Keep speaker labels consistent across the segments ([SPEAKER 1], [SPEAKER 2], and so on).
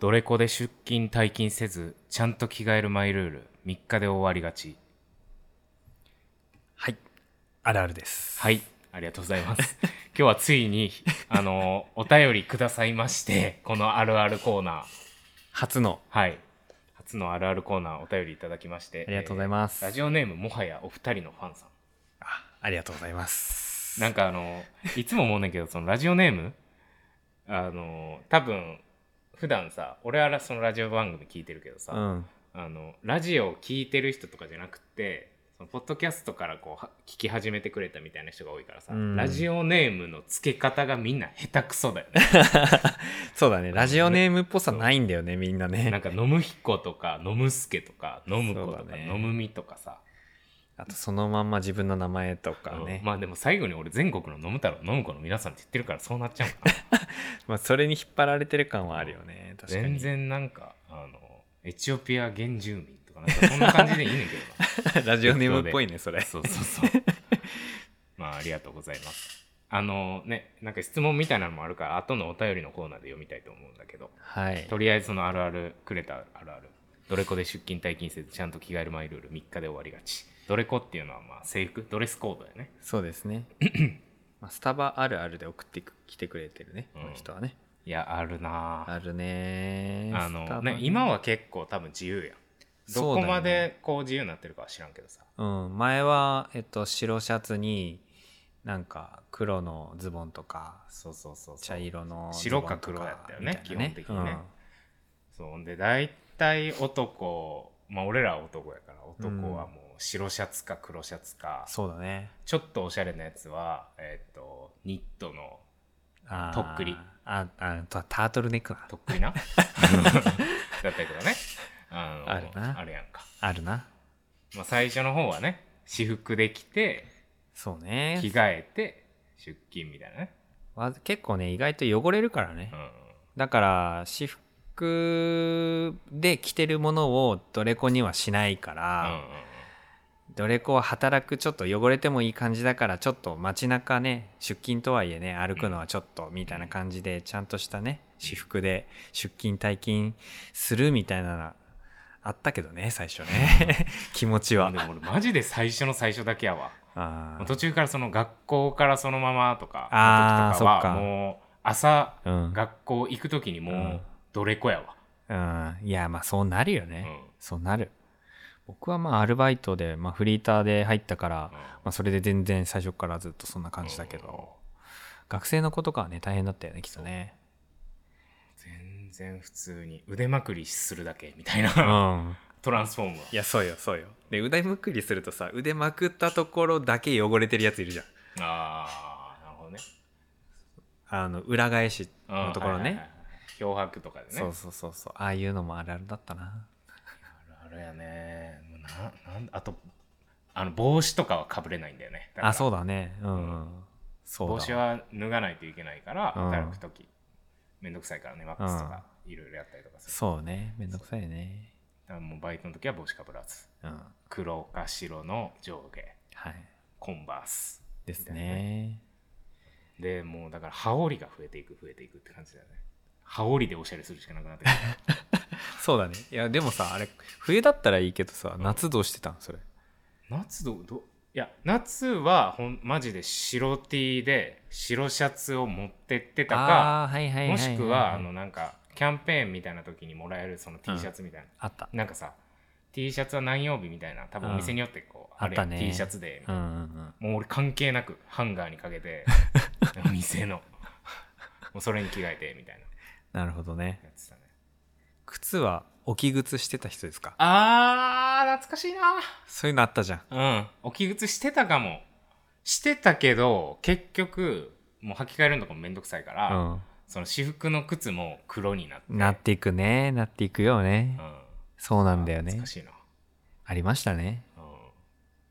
[SPEAKER 1] ドレコで出勤退勤せずちゃんと着替えるマイルール3日で終わりがち
[SPEAKER 2] はい。あるあるです。
[SPEAKER 1] はいありがとうございます 今日はついにあのお便りくださいましてこのあるあるコーナー
[SPEAKER 2] 初の。
[SPEAKER 1] はい初のあるあるコーナーお便りいただきまして
[SPEAKER 2] ありがとうございます
[SPEAKER 1] えーラジオネームもはやお二人のファンさん
[SPEAKER 2] あありがとうございます。
[SPEAKER 1] なんかあの、いつも思うねんだけど、そのラジオネーム、あの、多分、普段さ、俺はそのラジオ番組聞いてるけどさ、
[SPEAKER 2] うん。
[SPEAKER 1] あの、ラジオを聞いてる人とかじゃなくて、そのポッドキャストからこうは聞き始めてくれたみたいな人が多いからさ、
[SPEAKER 2] うん
[SPEAKER 1] ラジオネームの付け方がみんな下手くそだよ ね。
[SPEAKER 2] そうだね。ラジオネームっぽさないんだよね、みんな
[SPEAKER 1] なん
[SPEAKER 2] ね。
[SPEAKER 1] か、飲む彦とか、飲むすけとか、飲む子と
[SPEAKER 2] そう
[SPEAKER 1] か、
[SPEAKER 2] だね
[SPEAKER 1] 飲むみとかさ、
[SPEAKER 2] あと、そのまんま自分の名前とかね
[SPEAKER 1] うん。まあでも最後に俺全国の飲む太郎、飲む子の皆さんって言ってるからそうなっちゃうのかな。
[SPEAKER 2] まあ、それに引っ張られてる感はあるよね。確かに。
[SPEAKER 1] 全。然なんかあのエチオピア原住民とかなんかそんな感じでいいねんけどな
[SPEAKER 2] ラジオネームっぽいね、それ。
[SPEAKER 1] そうそうそう まあありがとうございますあのねなんか質問みたいなのもあるから後のお便りのコーナーで読みたいと思うんだけど
[SPEAKER 2] はい。
[SPEAKER 1] とりあえずそのあるあるくれたあるあるドレコで出勤退勤せずちゃんと着替えるマイルール3日で終わりがちドレコっていうのはまあ制服ドレスコードだよね
[SPEAKER 2] そうで すね。まあ、スタバあるあるで送ってく来てくれてるね、
[SPEAKER 1] うん
[SPEAKER 2] この人はね。
[SPEAKER 1] いやあるなあ
[SPEAKER 2] あるね
[SPEAKER 1] あ
[SPEAKER 2] スタ
[SPEAKER 1] の
[SPEAKER 2] バ
[SPEAKER 1] ね今は結構多分自由やんどこま
[SPEAKER 2] そうだよね
[SPEAKER 1] でこう自由になってるかは知らんけどさ、
[SPEAKER 2] うん、前は、えっと、白シャツになんか黒のズボンとか
[SPEAKER 1] そうそうそうそう
[SPEAKER 2] 茶色の
[SPEAKER 1] 白か黒やったよね
[SPEAKER 2] ズボンとかみ
[SPEAKER 1] 基
[SPEAKER 2] たい
[SPEAKER 1] 本
[SPEAKER 2] な
[SPEAKER 1] 的にねそうで大体男まあ俺らは男やから男はもう白シャツか黒シャツか
[SPEAKER 2] うん、そうだね
[SPEAKER 1] ちょっとおしゃれなやつはえっ、とニットの
[SPEAKER 2] あー
[SPEAKER 1] とっくり
[SPEAKER 2] ああタタートルネックな
[SPEAKER 1] とっくり なだったけどねあの
[SPEAKER 2] あるな
[SPEAKER 1] あれやんか、
[SPEAKER 2] あるな
[SPEAKER 1] まあ、最初の方はね私服できて
[SPEAKER 2] そう
[SPEAKER 1] 着
[SPEAKER 2] ね
[SPEAKER 1] 替えて出勤みたいなね、
[SPEAKER 2] わ結構ね意外と汚れるからね、
[SPEAKER 1] うん、
[SPEAKER 2] だから私服で着てるものをドレコにはしないか
[SPEAKER 1] うん
[SPEAKER 2] ら、どれこう働くちょっと汚れてもいい感じだからちょっと街中ね出勤とはいえね歩くのはちょっとみたいな感じでちゃんとしたね私服で出勤退勤するみたいなのあったけどね最初ね 気持ち
[SPEAKER 1] うんう
[SPEAKER 2] は
[SPEAKER 1] ん、でも俺マジで最初の最初だけやわ
[SPEAKER 2] あ
[SPEAKER 1] 途中からその学校からそのままとかの
[SPEAKER 2] あー
[SPEAKER 1] 時とかは
[SPEAKER 2] そっか
[SPEAKER 1] もう朝
[SPEAKER 2] ーうん、
[SPEAKER 1] 学校行く時にも
[SPEAKER 2] う
[SPEAKER 1] うんどれこやわ、
[SPEAKER 2] うん、いやまあそうなるよ
[SPEAKER 1] うん
[SPEAKER 2] ね、そうなる僕はまあアルバイトで、まあ、フリーターで入ったから、まあ、それで全然最初からずっとそんな感じだけど、学生の子とかはね大変だったよねきっとね
[SPEAKER 1] 全然普通に腕まくりするだけみたいうな、
[SPEAKER 2] ん
[SPEAKER 1] トランスフォームはい
[SPEAKER 2] やそうよそうよで腕まくりするとさ腕まくったところだけ汚れてるやついるじゃん
[SPEAKER 1] ああなるほどね
[SPEAKER 2] あの裏返し
[SPEAKER 1] うん
[SPEAKER 2] のところ
[SPEAKER 1] はいはいは
[SPEAKER 2] ね
[SPEAKER 1] い漂白とかでね
[SPEAKER 2] そうそうそうそうああいうのもあるあるだったな
[SPEAKER 1] あるあるやねもうななんあとあの帽子とかはかぶれないんだよねだから
[SPEAKER 2] あそうだねうん、
[SPEAKER 1] うん
[SPEAKER 2] そうだ
[SPEAKER 1] 帽子は脱がないといけないから
[SPEAKER 2] うん
[SPEAKER 1] 働く時、めんどくさいからねワックスとかいろいろやったりとかする
[SPEAKER 2] そうねめんどくさいね
[SPEAKER 1] だからもうバイトの時は帽子かぶらず
[SPEAKER 2] うん
[SPEAKER 1] 黒か白の上下
[SPEAKER 2] はい
[SPEAKER 1] コンバース
[SPEAKER 2] です
[SPEAKER 1] みたいな
[SPEAKER 2] ね
[SPEAKER 1] でもうだから羽織が増えていく増えていくって感じだよね羽織でおしゃれするしかなくなってく る
[SPEAKER 2] そうだねいやでもさあれ冬だったらいいけどさ夏どうしてたんそれ
[SPEAKER 1] 夏どうどういや夏はほんマジで白 T で白シャツを持ってってたか
[SPEAKER 2] あーはいはいはい
[SPEAKER 1] も
[SPEAKER 2] い
[SPEAKER 1] しくはあのなんかキャンペーンみたいな時にもらえるその T シャツみたいな、
[SPEAKER 2] あった
[SPEAKER 1] なんかさ T シャツは何曜日みたいな多分お店によってこう、
[SPEAKER 2] うん
[SPEAKER 1] あれやん
[SPEAKER 2] あったね
[SPEAKER 1] T シャツで
[SPEAKER 2] うんうんうん
[SPEAKER 1] もう俺関係なくハンガーにかけ てお店のもうそれに着替えてみたいな
[SPEAKER 2] なるほどね
[SPEAKER 1] やってたね
[SPEAKER 2] 靴は置き靴してた人ですか
[SPEAKER 1] あー懐かしいな
[SPEAKER 2] そういうのあったじゃん
[SPEAKER 1] うん置き靴してたかもしてたけど結局もう履き替えるのとかもめんどくさいから、
[SPEAKER 2] うん
[SPEAKER 1] その私服の靴も黒になって
[SPEAKER 2] なっていくねなっていくよね、
[SPEAKER 1] うん
[SPEAKER 2] そうなんだよね
[SPEAKER 1] 懐かしいな、
[SPEAKER 2] ありましたね
[SPEAKER 1] うん、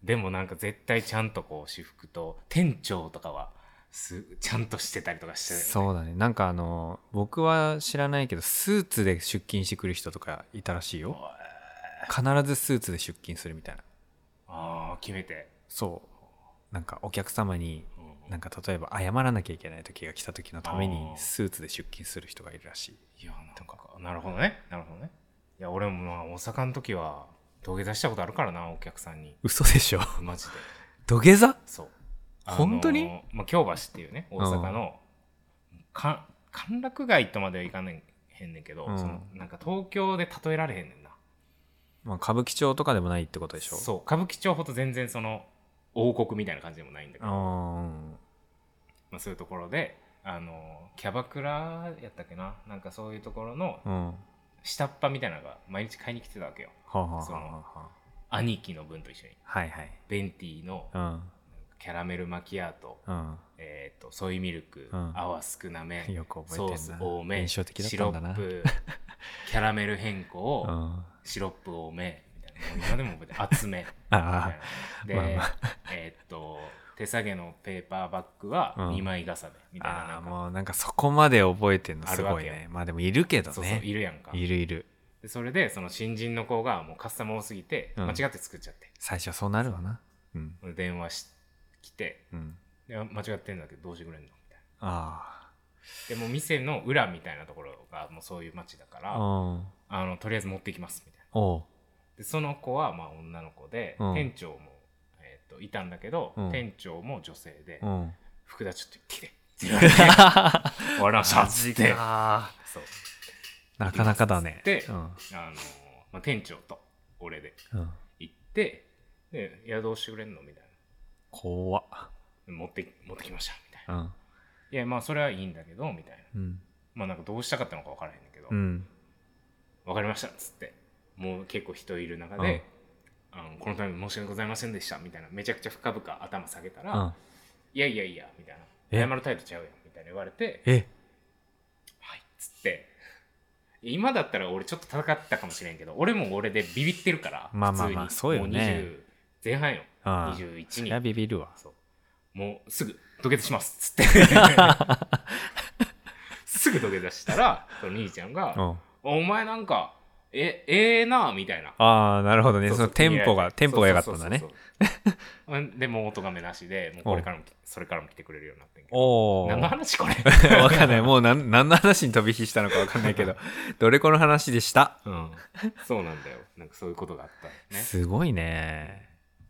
[SPEAKER 1] でもなんか絶対ちゃんとこう私服と店長とかはすちゃんとしてたりとかしてたよね
[SPEAKER 2] そうだねなんかあの僕は知らないけどスーツで出勤してくる人とかいたらしいよ必ずスーツで出勤するみたいな
[SPEAKER 1] ああ決めて、
[SPEAKER 2] そうなんかお客様に
[SPEAKER 1] うんうん
[SPEAKER 2] なんか例えば謝らなきゃいけない時が来た時のために
[SPEAKER 1] あー
[SPEAKER 2] スーツで出勤する人がいるらしい
[SPEAKER 1] いやなんかなるほどねなるほどねいや俺もまあ大阪の時は土下座したことあるからなお客さんに
[SPEAKER 2] 嘘でしょ
[SPEAKER 1] マジで
[SPEAKER 2] 土下座
[SPEAKER 1] そう
[SPEAKER 2] 本当に
[SPEAKER 1] あのまあ、京橋っていうね大阪の、か歓楽街とまではいかないへんねんけど、
[SPEAKER 2] うん
[SPEAKER 1] そのなんか東京で例えられへんねんな
[SPEAKER 2] まあ、歌舞伎町とかでもないってことでしょう
[SPEAKER 1] そう歌舞伎町ほど全然その王国みたいな感じでもないんだけど、
[SPEAKER 2] あ
[SPEAKER 1] まあ、そういうところであのキャバクラやったっけななんかそういうところの
[SPEAKER 2] ーうんは
[SPEAKER 1] 下っ端みたいなのが毎日買いに来てたわけよ
[SPEAKER 2] あ、はあはあ
[SPEAKER 1] その
[SPEAKER 2] はあ、
[SPEAKER 1] 兄貴の分と一緒に
[SPEAKER 2] はいはい
[SPEAKER 1] ベンティーの
[SPEAKER 2] うん
[SPEAKER 1] キャラメルマキアート、
[SPEAKER 2] うん
[SPEAKER 1] えー、とソイミルク、
[SPEAKER 2] うん
[SPEAKER 1] 泡少なめ
[SPEAKER 2] よく覚えて
[SPEAKER 1] ソ
[SPEAKER 2] ん
[SPEAKER 1] ー
[SPEAKER 2] な
[SPEAKER 1] ス多め
[SPEAKER 2] 印象的だったんだな
[SPEAKER 1] シロ ップキャラメル変更
[SPEAKER 2] う
[SPEAKER 1] を、
[SPEAKER 2] んあ
[SPEAKER 1] シロップ多めみたいな今でも覚 えてる厚め
[SPEAKER 2] あ
[SPEAKER 1] で、
[SPEAKER 2] まあま
[SPEAKER 1] えーっと手提げのペーパーバッグは
[SPEAKER 2] うん
[SPEAKER 1] 2枚重ねみたいな,、
[SPEAKER 2] ああ
[SPEAKER 1] なんか
[SPEAKER 2] もうなんかそこまで覚えてんの
[SPEAKER 1] あ
[SPEAKER 2] す
[SPEAKER 1] るわ
[SPEAKER 2] ご
[SPEAKER 1] け
[SPEAKER 2] い
[SPEAKER 1] よ
[SPEAKER 2] ねまあでもいるけどね
[SPEAKER 1] そうそういるやんか
[SPEAKER 2] いるいる
[SPEAKER 1] でそれでその新人の子がもうカスタム多すぎて
[SPEAKER 2] うん
[SPEAKER 1] 間違って作っちゃって、
[SPEAKER 2] 最初そうなるわなうん
[SPEAKER 1] 電話し来て
[SPEAKER 2] うん
[SPEAKER 1] で間違ってんだけどどうしてくれんのみたい
[SPEAKER 2] あ
[SPEAKER 1] なでもう店の裏みたいなところがもうそういう街だから、
[SPEAKER 2] あうん
[SPEAKER 1] あのとりあえず持ってきますみたいな
[SPEAKER 2] おう
[SPEAKER 1] でその子はまあ女の子で、
[SPEAKER 2] うん
[SPEAKER 1] 店長も、えーっといたんだけど、
[SPEAKER 2] うん
[SPEAKER 1] 店長も女性で、
[SPEAKER 2] うん
[SPEAKER 1] 福田ちょっと来てって言われて終わらなさっつって
[SPEAKER 2] か
[SPEAKER 1] そう
[SPEAKER 2] なかなかだね
[SPEAKER 1] で
[SPEAKER 2] うん
[SPEAKER 1] あのーまあ、店長と俺で
[SPEAKER 2] うん
[SPEAKER 1] 行ってで宿をしてくれんのみたい
[SPEAKER 2] 怖っ
[SPEAKER 1] な持って持ってきましたみたいな
[SPEAKER 2] うん
[SPEAKER 1] いやまあそれはいいんだけどみたいな
[SPEAKER 2] うん
[SPEAKER 1] まあなんかどうしたかったのか分からへんねんけど、
[SPEAKER 2] う
[SPEAKER 1] わ
[SPEAKER 2] ん
[SPEAKER 1] 分かりましたっつってもう結構人いる中で、あのこの度申し訳ございませんでしたみたいなめちゃくちゃ深々頭下げたら、
[SPEAKER 2] うん
[SPEAKER 1] いやいやいやみたい
[SPEAKER 2] え
[SPEAKER 1] な謝る態度ちゃうやんみたいな言われて
[SPEAKER 2] え
[SPEAKER 1] はいっつって今だったら俺ちょっと戦ったかもしれんけど俺も俺でビビってるから
[SPEAKER 2] まあまあまあ
[SPEAKER 1] 普通に
[SPEAKER 2] そうよね
[SPEAKER 1] も20前半よ
[SPEAKER 2] ああ
[SPEAKER 1] 21
[SPEAKER 2] いや
[SPEAKER 1] に
[SPEAKER 2] ビビるわ
[SPEAKER 1] そうもうすぐ土下座しますっつって すぐ土下座したらその兄ちゃんが
[SPEAKER 2] うん
[SPEAKER 1] 「お前なんかえええな」みたいな
[SPEAKER 2] ああなるほどね
[SPEAKER 1] そう
[SPEAKER 2] そ
[SPEAKER 1] そう
[SPEAKER 2] のテンポがテンポが良かったんだね
[SPEAKER 1] そうそうそう そうでもうお咎めなしでもうこれからもそれからも来てくれるようになってんけど
[SPEAKER 2] おお
[SPEAKER 1] 何の話これ
[SPEAKER 2] わかんない。もう何何の話に飛び火したのかわかんない けど、どれこの話でした。
[SPEAKER 1] うん、そうなんだよなんかそういうことがあったんだよね
[SPEAKER 2] すごいね。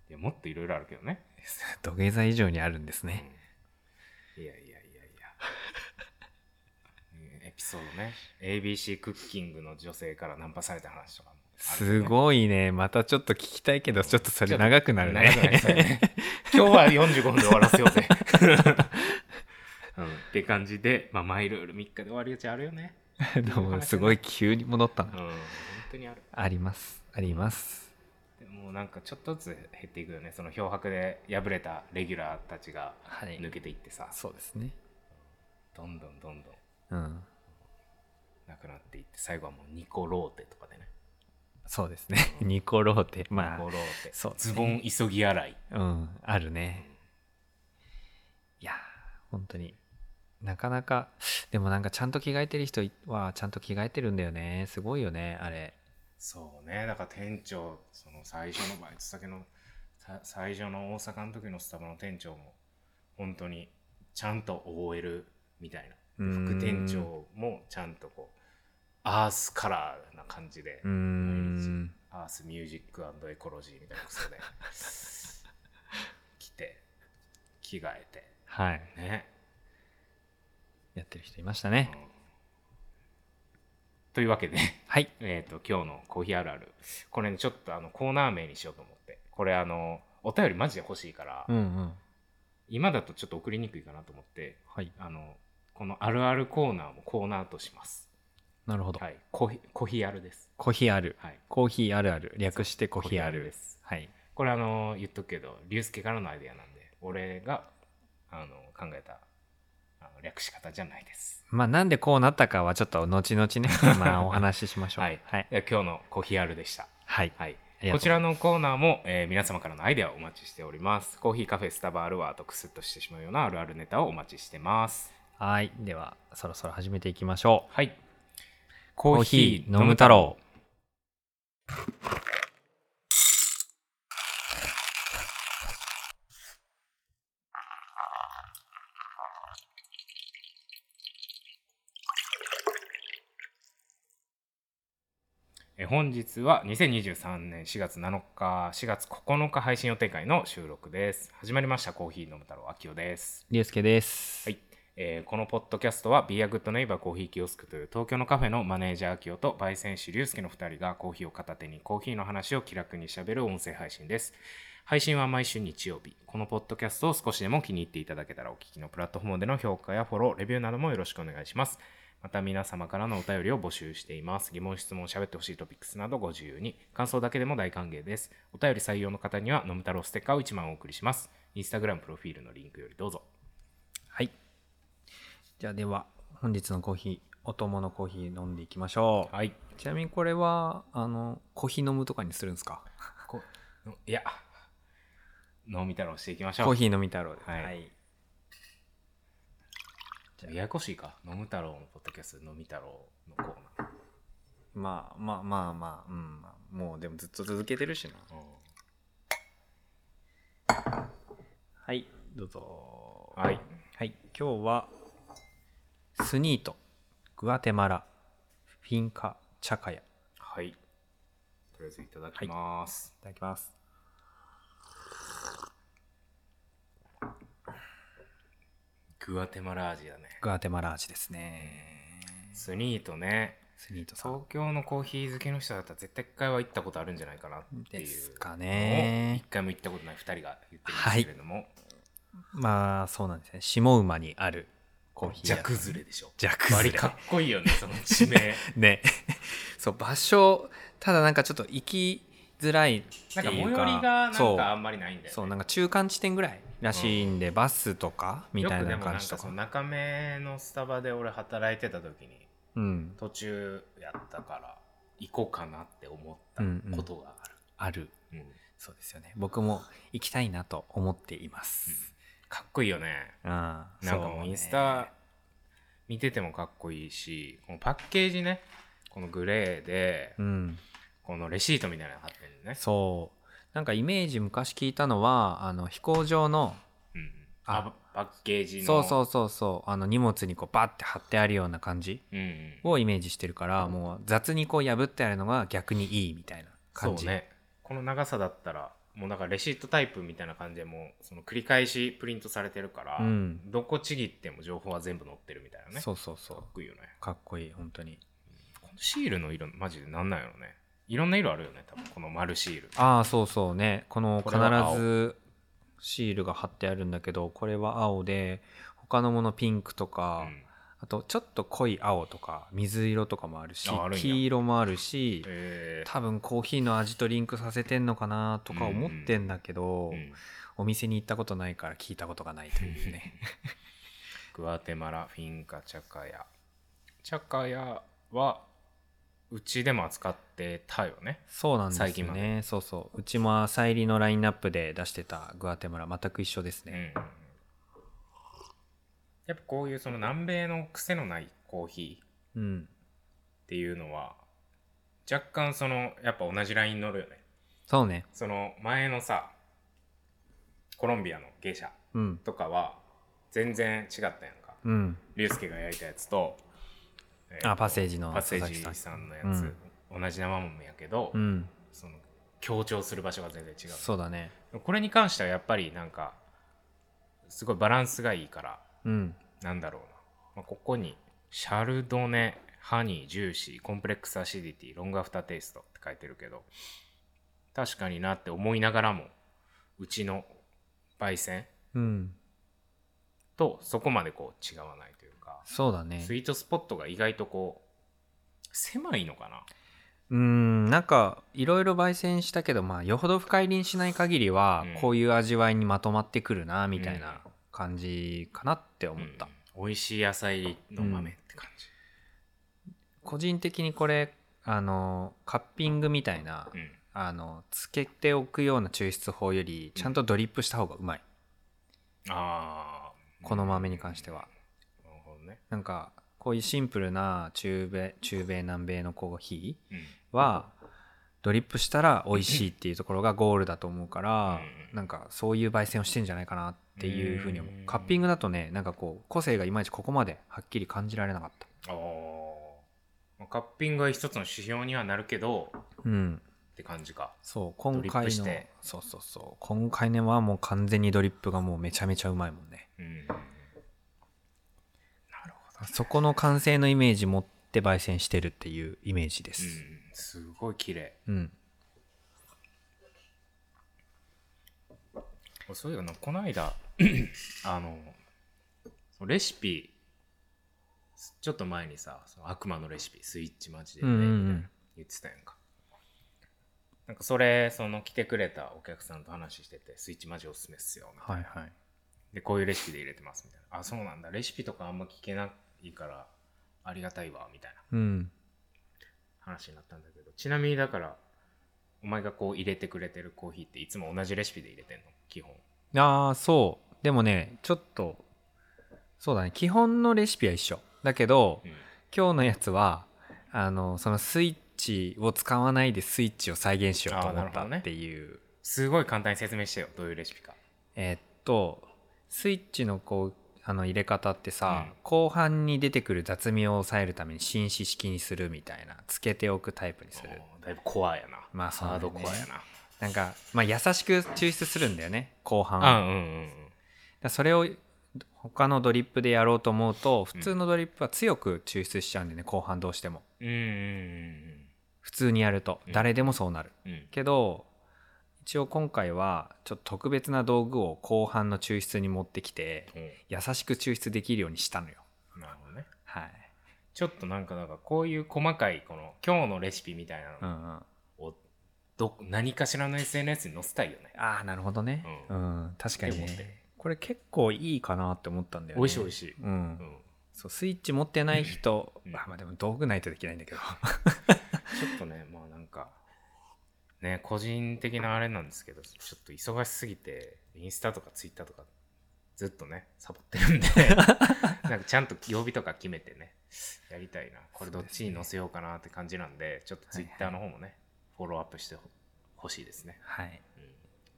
[SPEAKER 1] いやもっといろいろあるけどね、
[SPEAKER 2] 土下座以上にあるんです
[SPEAKER 1] うん
[SPEAKER 2] ね。
[SPEAKER 1] いやいやいやいやうんエピソードね ABC クッキングの女性からナンパされた話とかもあるよね、
[SPEAKER 2] すごいね。またちょっと聞きたいけど、ちょっとそれ長くなる
[SPEAKER 1] 長くなりそうや
[SPEAKER 2] ね。
[SPEAKER 1] ね今日は45分で終わらせようぜ、うん、って感じで、まあ、マイルール3日で終わるやつあるよね、
[SPEAKER 2] でもすごい急に戻った
[SPEAKER 1] うん、
[SPEAKER 2] な。
[SPEAKER 1] 本当にある
[SPEAKER 2] あります。あります。
[SPEAKER 1] でもなんかちょっとずつ減っていくよねその漂白で敗れたレギュラーたちが
[SPEAKER 2] は
[SPEAKER 1] 抜。けていってさ、
[SPEAKER 2] そうですね。
[SPEAKER 1] どんどんどんどん
[SPEAKER 2] うん。
[SPEAKER 1] なくなっていって最後はもうニコローテとかでね
[SPEAKER 2] そうですね。ニコローテ。ま
[SPEAKER 1] ニコローテ
[SPEAKER 2] そうです
[SPEAKER 1] ズ
[SPEAKER 2] ね
[SPEAKER 1] ボン急ぎ洗い
[SPEAKER 2] あ、うん。あるね。いやー、本当に。なかなか、でもなんかちゃんと着替えてる人はちゃんと着替えてるんだよね。すごいよね、あれ。
[SPEAKER 1] そうねだから店長その最初のバイト先のさ最初の大阪の時のスタバの店長も本当にちゃんと OL みたいな
[SPEAKER 2] うーん
[SPEAKER 1] 副店長もちゃんとこうアースカラーな感じで
[SPEAKER 2] うーん。
[SPEAKER 1] アースミュージックエコロジーみたいな服装で来て着替えて
[SPEAKER 2] はい。
[SPEAKER 1] ね、
[SPEAKER 2] やってる人いました
[SPEAKER 1] うん
[SPEAKER 2] ね。
[SPEAKER 1] というわけで
[SPEAKER 2] はい。
[SPEAKER 1] えー、と今日のコーヒーあるあるこれねちょっとあのコーナー名にしようと思ってこれあのお便りマジで欲しいから、
[SPEAKER 2] うんうん。
[SPEAKER 1] 今だとちょっと送りにくいかなと思って
[SPEAKER 2] はい。
[SPEAKER 1] あのこのあるあるコーナーもコーナーとします
[SPEAKER 2] なるほど。
[SPEAKER 1] はいコーヒーコーヒーあるです
[SPEAKER 2] コーヒーある。
[SPEAKER 1] はい
[SPEAKER 2] コーヒーあるある。略してコーヒーあ
[SPEAKER 1] コーヒーある
[SPEAKER 2] る
[SPEAKER 1] で
[SPEAKER 2] ですす。はい。
[SPEAKER 1] これあの言っとくけど龍介からのアイデアなんで俺があの考えたあの略し方じゃないです
[SPEAKER 2] まあなんでこうなったかはちょっと後々 ね、まあお話ししましょう。
[SPEAKER 1] はい
[SPEAKER 2] はい。
[SPEAKER 1] では今日のコーヒーあるでした
[SPEAKER 2] はい。
[SPEAKER 1] はい
[SPEAKER 2] ありがとう
[SPEAKER 1] こちらのコーナーも、えー皆様からのアイデアをお待ちしております。コーヒー、カフェ、スタバ、あるわとクスッとしてしまうようなあるあるネタをお待ちしてます。
[SPEAKER 2] はい。では、そろそろ始めていきましょう。
[SPEAKER 1] はい。
[SPEAKER 2] コ
[SPEAKER 1] コ
[SPEAKER 2] ーヒー飲む太郎。
[SPEAKER 1] えー本日は2023年4月7日4月9日配信予定会の収録です始まりましたコーヒー飲む太郎秋代です
[SPEAKER 2] りゅうすけです。
[SPEAKER 1] はいえーこのポッドキャストは Be a Good Neighbor コーヒーキオスクという東京のカフェのマネージャー秋代と焙煎師龍介の2人がコーヒーを片手にコーヒーの話を気楽にしゃべる音声配信です。配信は毎週日曜日。このポッドキャストを少しでも気に入っていただけたらお聞きのプラットフォームでの評価やフォロー、レビューなどもよろしくお願いします。また皆様からのお便りを募集しています。疑問、質問、喋ってほしいトピックスなどご自由に。感想だけでも大歓迎です。お便り採用の方には、のむ太郎ステッカーを1万お送りします。インスタグラムプロフィールのリンクよりどうぞ。
[SPEAKER 2] はい。じゃあでは、本日のコーヒー、お供のコーヒー飲んでいきましょう。
[SPEAKER 1] はい。
[SPEAKER 2] ちなみにこれは、あの、コーヒー飲むとかにするんですか
[SPEAKER 1] こいや、飲み太郎していきましょう。
[SPEAKER 2] コーヒー飲み太郎で。
[SPEAKER 1] はい
[SPEAKER 2] い
[SPEAKER 1] じゃあややこしいか。飲む太郎のポッドキャスト、飲み太郎のコーナー。
[SPEAKER 2] まあまあまあまあ、うん、まあもうでもずっと続けてるしな。
[SPEAKER 1] う
[SPEAKER 2] はい、どうぞ。
[SPEAKER 1] んはい。
[SPEAKER 2] はい、今日は、スニート、グアテマラ、フィンカ、チャカヤ。い
[SPEAKER 1] はい。とりあえずいただきます。
[SPEAKER 2] ただきます。
[SPEAKER 1] グアテマラ味だね。
[SPEAKER 2] グアテマラ味ですね。
[SPEAKER 1] スニートね。
[SPEAKER 2] スニートさん
[SPEAKER 1] 東京のコーヒー好きの人だったら絶対一回は行ったことあるんじゃないかなって
[SPEAKER 2] で
[SPEAKER 1] い
[SPEAKER 2] す
[SPEAKER 1] う。
[SPEAKER 2] か
[SPEAKER 1] を
[SPEAKER 2] ね
[SPEAKER 1] 一。回も行ったことない二人が言ってるんですけれども、
[SPEAKER 2] まあそうなんですね。下馬にあるコーヒー
[SPEAKER 1] じゃ
[SPEAKER 2] 屋。
[SPEAKER 1] 崩れでしょ。
[SPEAKER 2] じゃ
[SPEAKER 1] 割
[SPEAKER 2] 崩
[SPEAKER 1] り
[SPEAKER 2] れ。
[SPEAKER 1] かっこいいよね、その地 名。
[SPEAKER 2] ね。そう、場所、ただなんかちょっと行きづらいって
[SPEAKER 1] なんか最
[SPEAKER 2] い
[SPEAKER 1] 寄
[SPEAKER 2] う
[SPEAKER 1] り
[SPEAKER 2] か。
[SPEAKER 1] がなん
[SPEAKER 2] そう
[SPEAKER 1] かあんまりないんだよ、ね。
[SPEAKER 2] そうなんか中間地点ぐらいらしいんで、バスとかみたいな感じと
[SPEAKER 1] よく
[SPEAKER 2] か
[SPEAKER 1] でもなんかその中目のスタバで俺働いてた時に
[SPEAKER 2] うん
[SPEAKER 1] 途中やったから行こうかなって思ったことがある、
[SPEAKER 2] ある
[SPEAKER 1] うん
[SPEAKER 2] そうですよね僕も行きたいなと思っています、
[SPEAKER 1] かっこいいよね
[SPEAKER 2] うん、なん
[SPEAKER 1] なんかもうインスタ見ててもかっこいいしこのパッケージねこのグレーで、
[SPEAKER 2] うん
[SPEAKER 1] このレシートみたいなの貼ってるね
[SPEAKER 2] そうなんかイメージ昔聞いたのはあの飛行場の
[SPEAKER 1] うん、
[SPEAKER 2] あ
[SPEAKER 1] あパパッケージの、
[SPEAKER 2] そうそううそうそうあの荷物にこうバッて貼ってあるような感じ
[SPEAKER 1] うんうん、
[SPEAKER 2] をイメージしてるからもう雑にこう破ってあるのが逆にいいみたいな感じ
[SPEAKER 1] そうねこの長さだったらもうだからレシートタイプみたいな感じでもうその繰り返しプリントされてるから、
[SPEAKER 2] うん
[SPEAKER 1] どこちぎっても情報は全部載ってるみたいなね
[SPEAKER 2] そうそうそう
[SPEAKER 1] かっこいいよね
[SPEAKER 2] かっこいい本当に
[SPEAKER 1] このシールの色マジでなんなんやろねいろんな色あるよね多分この丸シール
[SPEAKER 2] ああそうそうねこの
[SPEAKER 1] これは青
[SPEAKER 2] 必ずシールが貼ってあるんだけどこれは青で他のものピンクとか、
[SPEAKER 1] うん
[SPEAKER 2] あとちょっと濃い青とか水色とかもあるし
[SPEAKER 1] ああるんや
[SPEAKER 2] 黄色もあるし
[SPEAKER 1] えー
[SPEAKER 2] 多分コーヒーの味とリンクさせてんのかなとか思ってんだけど、
[SPEAKER 1] うん
[SPEAKER 2] お店に行ったことないから聞いたことがないというね
[SPEAKER 1] グアテマラフィンカチャカヤチャカヤはうちでも扱ってたよね
[SPEAKER 2] そうなんで
[SPEAKER 1] 最
[SPEAKER 2] す
[SPEAKER 1] 近
[SPEAKER 2] よ
[SPEAKER 1] ま
[SPEAKER 2] ねそうそううちも朝入りのラインナップで出してたグアテマラ全く一緒です
[SPEAKER 1] うん
[SPEAKER 2] ね、
[SPEAKER 1] やっぱこういうその南米の癖のないコーヒー
[SPEAKER 2] うん、
[SPEAKER 1] っていうのは若干そのやっぱ同じラインに乗るよね
[SPEAKER 2] そうね
[SPEAKER 1] その前のさコロンビアの芸者
[SPEAKER 2] うん
[SPEAKER 1] とかは全然違ったやんか
[SPEAKER 2] うん
[SPEAKER 1] 龍介が焼いたやつと,、えー
[SPEAKER 2] あパッセージの
[SPEAKER 1] パッセ
[SPEAKER 2] 佐々
[SPEAKER 1] ー
[SPEAKER 2] 木
[SPEAKER 1] ジ
[SPEAKER 2] さ
[SPEAKER 1] さんのや
[SPEAKER 2] う
[SPEAKER 1] つ
[SPEAKER 2] ん、
[SPEAKER 1] 同じ生もんやけど、
[SPEAKER 2] うん
[SPEAKER 1] その強調する場所が全然違う
[SPEAKER 2] そうだね
[SPEAKER 1] これに関してはやっぱりなんかすごいバランスがいいから
[SPEAKER 2] うん
[SPEAKER 1] なんだろうな、まあ、ここにシャルドネハニージューシーコンプレックスアシディティロングアフターテイストって書いてるけど確かになって思いながらもうちの焙煎
[SPEAKER 2] うん
[SPEAKER 1] とそこまでこう違わないというか
[SPEAKER 2] そうだね
[SPEAKER 1] スイートスポットが意外とこう狭いのかな
[SPEAKER 2] うんなんかいろいろ焙煎したけどまあよほど深入りにしない限りは、
[SPEAKER 1] うん
[SPEAKER 2] こういう味わいにまとまってくるなみたいな感じかなって思った、
[SPEAKER 1] うん美味しい野菜の豆って感じ、
[SPEAKER 2] 個人的にこれあのカッピングみたいな、
[SPEAKER 1] うん
[SPEAKER 2] あのつけておくような抽出法よりちゃんとドリップした方がうまい、
[SPEAKER 1] ああ
[SPEAKER 2] この豆に関しては
[SPEAKER 1] なるほどね、
[SPEAKER 2] なんかこういうシンプルな中米中米南米のコーヒー、
[SPEAKER 1] うん
[SPEAKER 2] はドリップしたら美味しいっていうところがゴールだと思うから
[SPEAKER 1] うん
[SPEAKER 2] なんかそういう焙煎をしてんじゃないかなっていうふうに思
[SPEAKER 1] うん
[SPEAKER 2] うカッピングだとねなんかこう個性がいまいちここまではっきり感じられなかった
[SPEAKER 1] ああまあカッピングは一つの指標にはなるけど
[SPEAKER 2] うん
[SPEAKER 1] って感じか
[SPEAKER 2] そう今
[SPEAKER 1] ドリッ
[SPEAKER 2] 回
[SPEAKER 1] プし
[SPEAKER 2] の
[SPEAKER 1] て
[SPEAKER 2] そうそうそう今回のはもう完全にドリップがもうめちゃめちゃうまいもんね
[SPEAKER 1] うん
[SPEAKER 2] そこの完成のイメージ持って焙煎してるっていうイメージで
[SPEAKER 1] う
[SPEAKER 2] す
[SPEAKER 1] んすごい綺麗
[SPEAKER 2] うん
[SPEAKER 1] そういえばなこの 間あのレシピちょっと前にさ「その悪魔のレシピスイッチマジで
[SPEAKER 2] う
[SPEAKER 1] ね」
[SPEAKER 2] んう
[SPEAKER 1] み
[SPEAKER 2] ん
[SPEAKER 1] たいな言ってたやんかなんかそれその来てくれたお客さんと話してて「スイッチマジおすすめっすよ」みたいな
[SPEAKER 2] はいはい
[SPEAKER 1] でこういうレシピで入れてますみたいな「あそうなんだレシピとかあんま聞けないからありがたいわ」みたいな
[SPEAKER 2] うん
[SPEAKER 1] 話になったんだけどちなみにだからお前がこう入れてくれてるコーヒーっていつも同じレシピで入れてんの基本
[SPEAKER 2] ああそうでもねちょっとそうだね基本のレシピは一緒だけど
[SPEAKER 1] うん
[SPEAKER 2] 今日のやつはあのそのスイッチを使わないでスイッチを再現しようと思った
[SPEAKER 1] あーなるほどね
[SPEAKER 2] っていう、
[SPEAKER 1] すごい簡単に説明してよどういうレシピか
[SPEAKER 2] えーっとスイッチのこうあの入れ方ってさ、
[SPEAKER 1] うん
[SPEAKER 2] 後半に出てくる雑味を抑えるために紳士式にするみたいなつけておくタイプにする
[SPEAKER 1] おーだいぶコアやな
[SPEAKER 2] まあそう
[SPEAKER 1] ハ
[SPEAKER 2] だ
[SPEAKER 1] ー
[SPEAKER 2] よね
[SPEAKER 1] ドコアやな
[SPEAKER 2] なんか、まあ、優しく抽出するんだよね後半は
[SPEAKER 1] あうんうんうん
[SPEAKER 2] だそれを他のドリップでやろうと思うと普通のドリップは強く抽出しちゃうんでね後半どうしても
[SPEAKER 1] うんうん
[SPEAKER 2] 普通にやると
[SPEAKER 1] うん
[SPEAKER 2] 誰でもそうなる、
[SPEAKER 1] うんうん
[SPEAKER 2] けど一応今回はちょっと特別な道具を後半の抽出に持ってきて
[SPEAKER 1] う
[SPEAKER 2] 優しく抽出できるようにしたのよ
[SPEAKER 1] んなるほどね
[SPEAKER 2] はい、
[SPEAKER 1] ちょっとなんかなんかこういう細かいこの今日のレシピみたいな
[SPEAKER 2] うんう
[SPEAKER 1] の
[SPEAKER 2] ん、あ
[SPEAKER 1] をど何かしらの SNS に載せたいよね
[SPEAKER 2] あなるほどね
[SPEAKER 1] う
[SPEAKER 2] うん、確かに
[SPEAKER 1] って思ってる
[SPEAKER 2] ねこれ結構いいかなって思ったんだよね
[SPEAKER 1] 美味しい美味
[SPEAKER 2] い
[SPEAKER 1] しい
[SPEAKER 2] うん、
[SPEAKER 1] うん
[SPEAKER 2] そうスイッチ持ってない人、
[SPEAKER 1] うん
[SPEAKER 2] あまあでも道具ないとできないんだけど
[SPEAKER 1] ちょっとね、まあなんか、ね、個人的なあれなんですけど、ちょっと忙しすぎて、インスタとかツイッターとか、ずっとね、サボってるん で、なんかちゃんと曜日とか決めてね、やりたいな。これどっちに載せようかなって感じなんで、ちょっとツイッターの方もね、フォローアップしてほほしいですね。
[SPEAKER 2] はい
[SPEAKER 1] うん、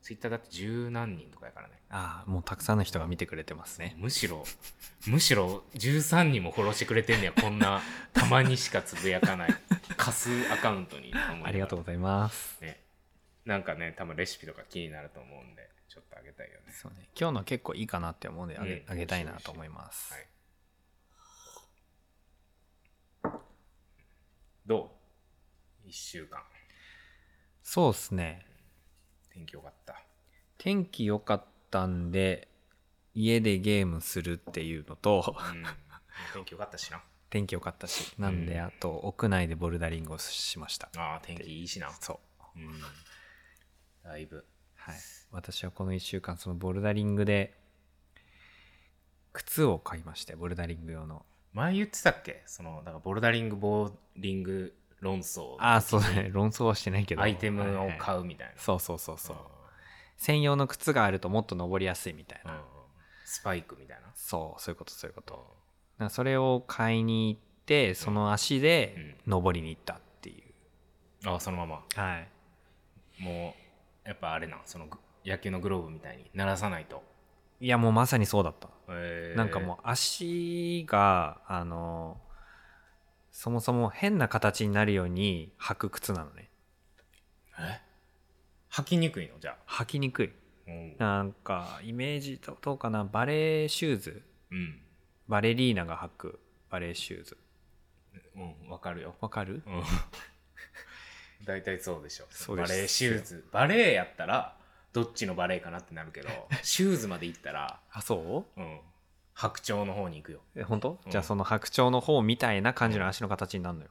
[SPEAKER 1] ツイッターだって十何人とかやからね。
[SPEAKER 2] ああもうたくさんの人が見てくれてますね
[SPEAKER 1] むしろ、むしろ13人もフォローしてくれてんねや、こんな、たまにしかつぶやかない、貸すアカウントに。
[SPEAKER 2] ありがとうございます。
[SPEAKER 1] ね、なんかね多分レシピとか気になると思うんでちょっとあげたいよね
[SPEAKER 2] そうね、今日の結構いいかなって思うんであげ,、
[SPEAKER 1] うん
[SPEAKER 2] あげたいなと思います。
[SPEAKER 1] はいどう1週間
[SPEAKER 2] そうですね。
[SPEAKER 1] 天気良かった
[SPEAKER 2] 天気良かったんで、家でゲームするっていうのと、
[SPEAKER 1] うん天気良かったしな
[SPEAKER 2] 天気良かったし、なんで、
[SPEAKER 1] うん
[SPEAKER 2] あと屋内でボルダリングをしました。
[SPEAKER 1] ああ天気いいしな
[SPEAKER 2] そう。
[SPEAKER 1] うんだいぶ
[SPEAKER 2] はい。私はこの1週間、そのボルダリングで、靴を買いまして、ボルダリング用の。
[SPEAKER 1] 前言ってたっけそのだからボルダリングボーリング論争
[SPEAKER 2] ああ、そうだね。論争はしてないけど。
[SPEAKER 1] アイテムを
[SPEAKER 2] はいはい
[SPEAKER 1] 買うみたいな、。
[SPEAKER 2] そうそうそうそううん専用の靴があるともっと登りやすいみたいな。
[SPEAKER 1] うんスパイクみたいな
[SPEAKER 2] そう、そういうこと、そういうこと。
[SPEAKER 1] と
[SPEAKER 2] なそれを買いに行ってその足で登りに行ったっていう、
[SPEAKER 1] ああそのまま
[SPEAKER 2] はい
[SPEAKER 1] もうやっぱあれなそのグ野球のグローブみたいに鳴らさないと、
[SPEAKER 2] いやもうまさにそうだった、
[SPEAKER 1] えー
[SPEAKER 2] なんかもう足があのそもそも変な形になるように履く靴なのね
[SPEAKER 1] え履きにくいのじゃ
[SPEAKER 2] 履きにくい
[SPEAKER 1] あうん、
[SPEAKER 2] なんかイメージとどうかなバレーシューズ
[SPEAKER 1] うん
[SPEAKER 2] バレリーナが履くバレーシューズ
[SPEAKER 1] うん、わかるよ、
[SPEAKER 2] わかる
[SPEAKER 1] うん、 大体そうでしょ
[SPEAKER 2] そうで
[SPEAKER 1] バ
[SPEAKER 2] す
[SPEAKER 1] レーシューズバレーやったらどっちのバレーかなってなる けどシューズまで行ったら、
[SPEAKER 2] あそ
[SPEAKER 1] うん、白鳥の方に行くよ
[SPEAKER 2] うえ本当、
[SPEAKER 1] うん
[SPEAKER 2] じゃあその白鳥の方みたいな感じの足の形になるのよ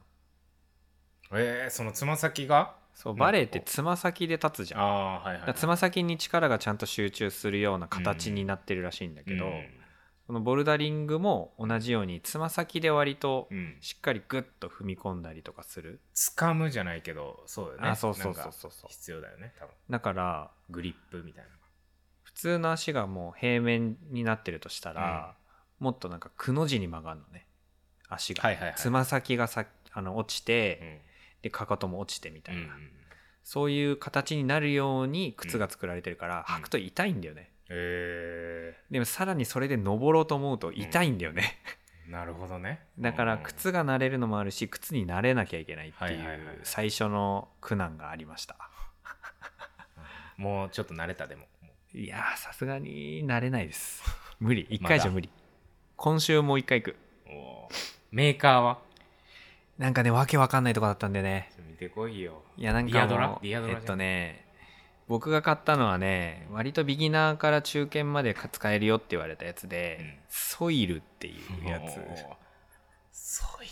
[SPEAKER 1] えー、そのつま先が
[SPEAKER 2] そう
[SPEAKER 1] うん
[SPEAKER 2] バレーってつま先で立つじゃん
[SPEAKER 1] ああーはいはい、は
[SPEAKER 2] だか
[SPEAKER 1] い、
[SPEAKER 2] らつま先に力がちゃんと集中するような形になってるらしいんだけど、このボルダリングも同じようにつま先で割と
[SPEAKER 1] うんうん、
[SPEAKER 2] しっかりグッと踏み込んだりとかする、
[SPEAKER 1] 掴むじゃないけどそうだよね
[SPEAKER 2] あそうそ
[SPEAKER 1] な
[SPEAKER 2] うそ
[SPEAKER 1] んか
[SPEAKER 2] うそうそう
[SPEAKER 1] 必要だよね多分
[SPEAKER 2] だから
[SPEAKER 1] グリップみたいな
[SPEAKER 2] 普通の足がもう平面になってるとしたら、もっとなんかくの字に曲がるのね足が、
[SPEAKER 1] はいはいはい
[SPEAKER 2] つま先がさあの落ちて、
[SPEAKER 1] ん
[SPEAKER 2] でかかとも落ちてみたいな、
[SPEAKER 1] うんうんうん
[SPEAKER 2] そういう形になるように靴が作られてるから、
[SPEAKER 1] うん
[SPEAKER 2] 履くと痛いんだよね
[SPEAKER 1] え
[SPEAKER 2] でもさらにそれで登ろうと思うと痛いんだよね、
[SPEAKER 1] ーなるほどね
[SPEAKER 2] だから
[SPEAKER 1] うん
[SPEAKER 2] 靴が慣れるのもあるし靴に慣れなきゃいけないってい
[SPEAKER 1] はいはいはいう
[SPEAKER 2] 最初の苦難がありました
[SPEAKER 1] もうちょっと慣れたでもも
[SPEAKER 2] いやーさすがに慣れないです無理1回じゃ無理今週もう1回行く
[SPEAKER 1] うおーメーカーは
[SPEAKER 2] なんかねわけわかんないとこだったんでね
[SPEAKER 1] ちょっと見てこいよ
[SPEAKER 2] いやなん
[SPEAKER 1] ディ
[SPEAKER 2] か
[SPEAKER 1] アドラ
[SPEAKER 2] もう
[SPEAKER 1] ディアドラ
[SPEAKER 2] え
[SPEAKER 1] じゃん
[SPEAKER 2] っとね僕が買ったのはね割とビギナーから中堅まで使えるよって言われたやつで、
[SPEAKER 1] うん
[SPEAKER 2] ソイルっていうや
[SPEAKER 1] お
[SPEAKER 2] つ
[SPEAKER 1] ーソイル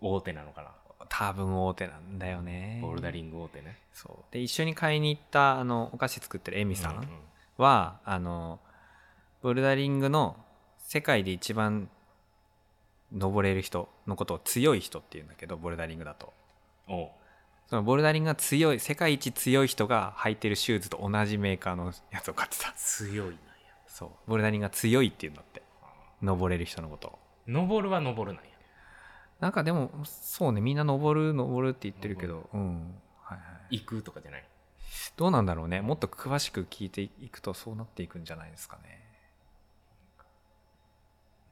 [SPEAKER 1] 大手なのかな
[SPEAKER 2] 多分大手なんだよね
[SPEAKER 1] ボルダリング大手ね
[SPEAKER 2] そうで一緒に買いに行ったあのお菓子作ってるエミさ
[SPEAKER 1] うんん
[SPEAKER 2] は、あのボルダリングの世界で一番登れる人のことを強い人っていうんだけどボルダリングだと
[SPEAKER 1] うんおう
[SPEAKER 2] そのボルダリングが強い世界一強い人が履いてるシューズと同じメーカーのやつを買ってた
[SPEAKER 1] 強いなんや
[SPEAKER 2] そうボルダリングが強いっていうんだって
[SPEAKER 1] あ
[SPEAKER 2] 登れる人のことを
[SPEAKER 1] ー登るは登るなんや
[SPEAKER 2] なんかでもそうねみんな登る登るって言ってるけどうんはいはい
[SPEAKER 1] 行くとかじゃない
[SPEAKER 2] どうなんだろうねもっと詳しく聞いていくとそうなっていくんじゃないですかね、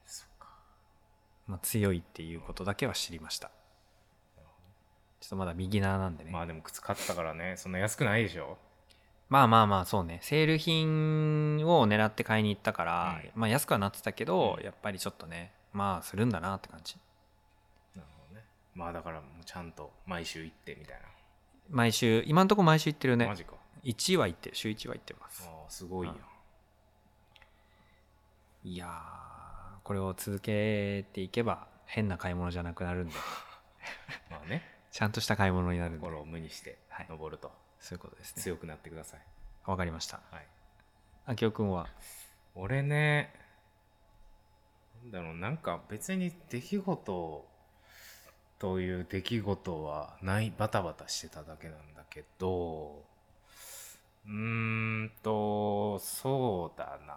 [SPEAKER 1] そっか
[SPEAKER 2] まあ、強いっていうことだけは知りましたちょっとまだビギナーなんでね、
[SPEAKER 1] まあでも靴買ったからねそんな安くないでしょ
[SPEAKER 2] まあまあまあそうねセール品を狙って買いに行ったから、
[SPEAKER 1] うん
[SPEAKER 2] まあ安くはなってたけど、
[SPEAKER 1] うん
[SPEAKER 2] やっぱりちょっとねまあするんだなって感じ
[SPEAKER 1] なるほどねまあだからもうちゃんと毎週行ってみたい
[SPEAKER 2] 毎週今んとこ毎週行ってる
[SPEAKER 1] な、
[SPEAKER 2] ね
[SPEAKER 1] マジか
[SPEAKER 2] 1は行ってる週1は行ってま
[SPEAKER 1] あ
[SPEAKER 2] す
[SPEAKER 1] ーすごいよ
[SPEAKER 2] いやーこれを続けていけば変な買い物じゃなくなる んで
[SPEAKER 1] まあね
[SPEAKER 2] ちゃんとした買い物になるんで
[SPEAKER 1] 心を無にして
[SPEAKER 2] はい
[SPEAKER 1] 登ると
[SPEAKER 2] そういうことですね
[SPEAKER 1] 強くなってください、
[SPEAKER 2] わかりました
[SPEAKER 1] はい、
[SPEAKER 2] あきおくんは
[SPEAKER 1] 俺ねなんだろうなんか別に出来事という出来事はないバタバタしてただけなんだけどうーんとそうだな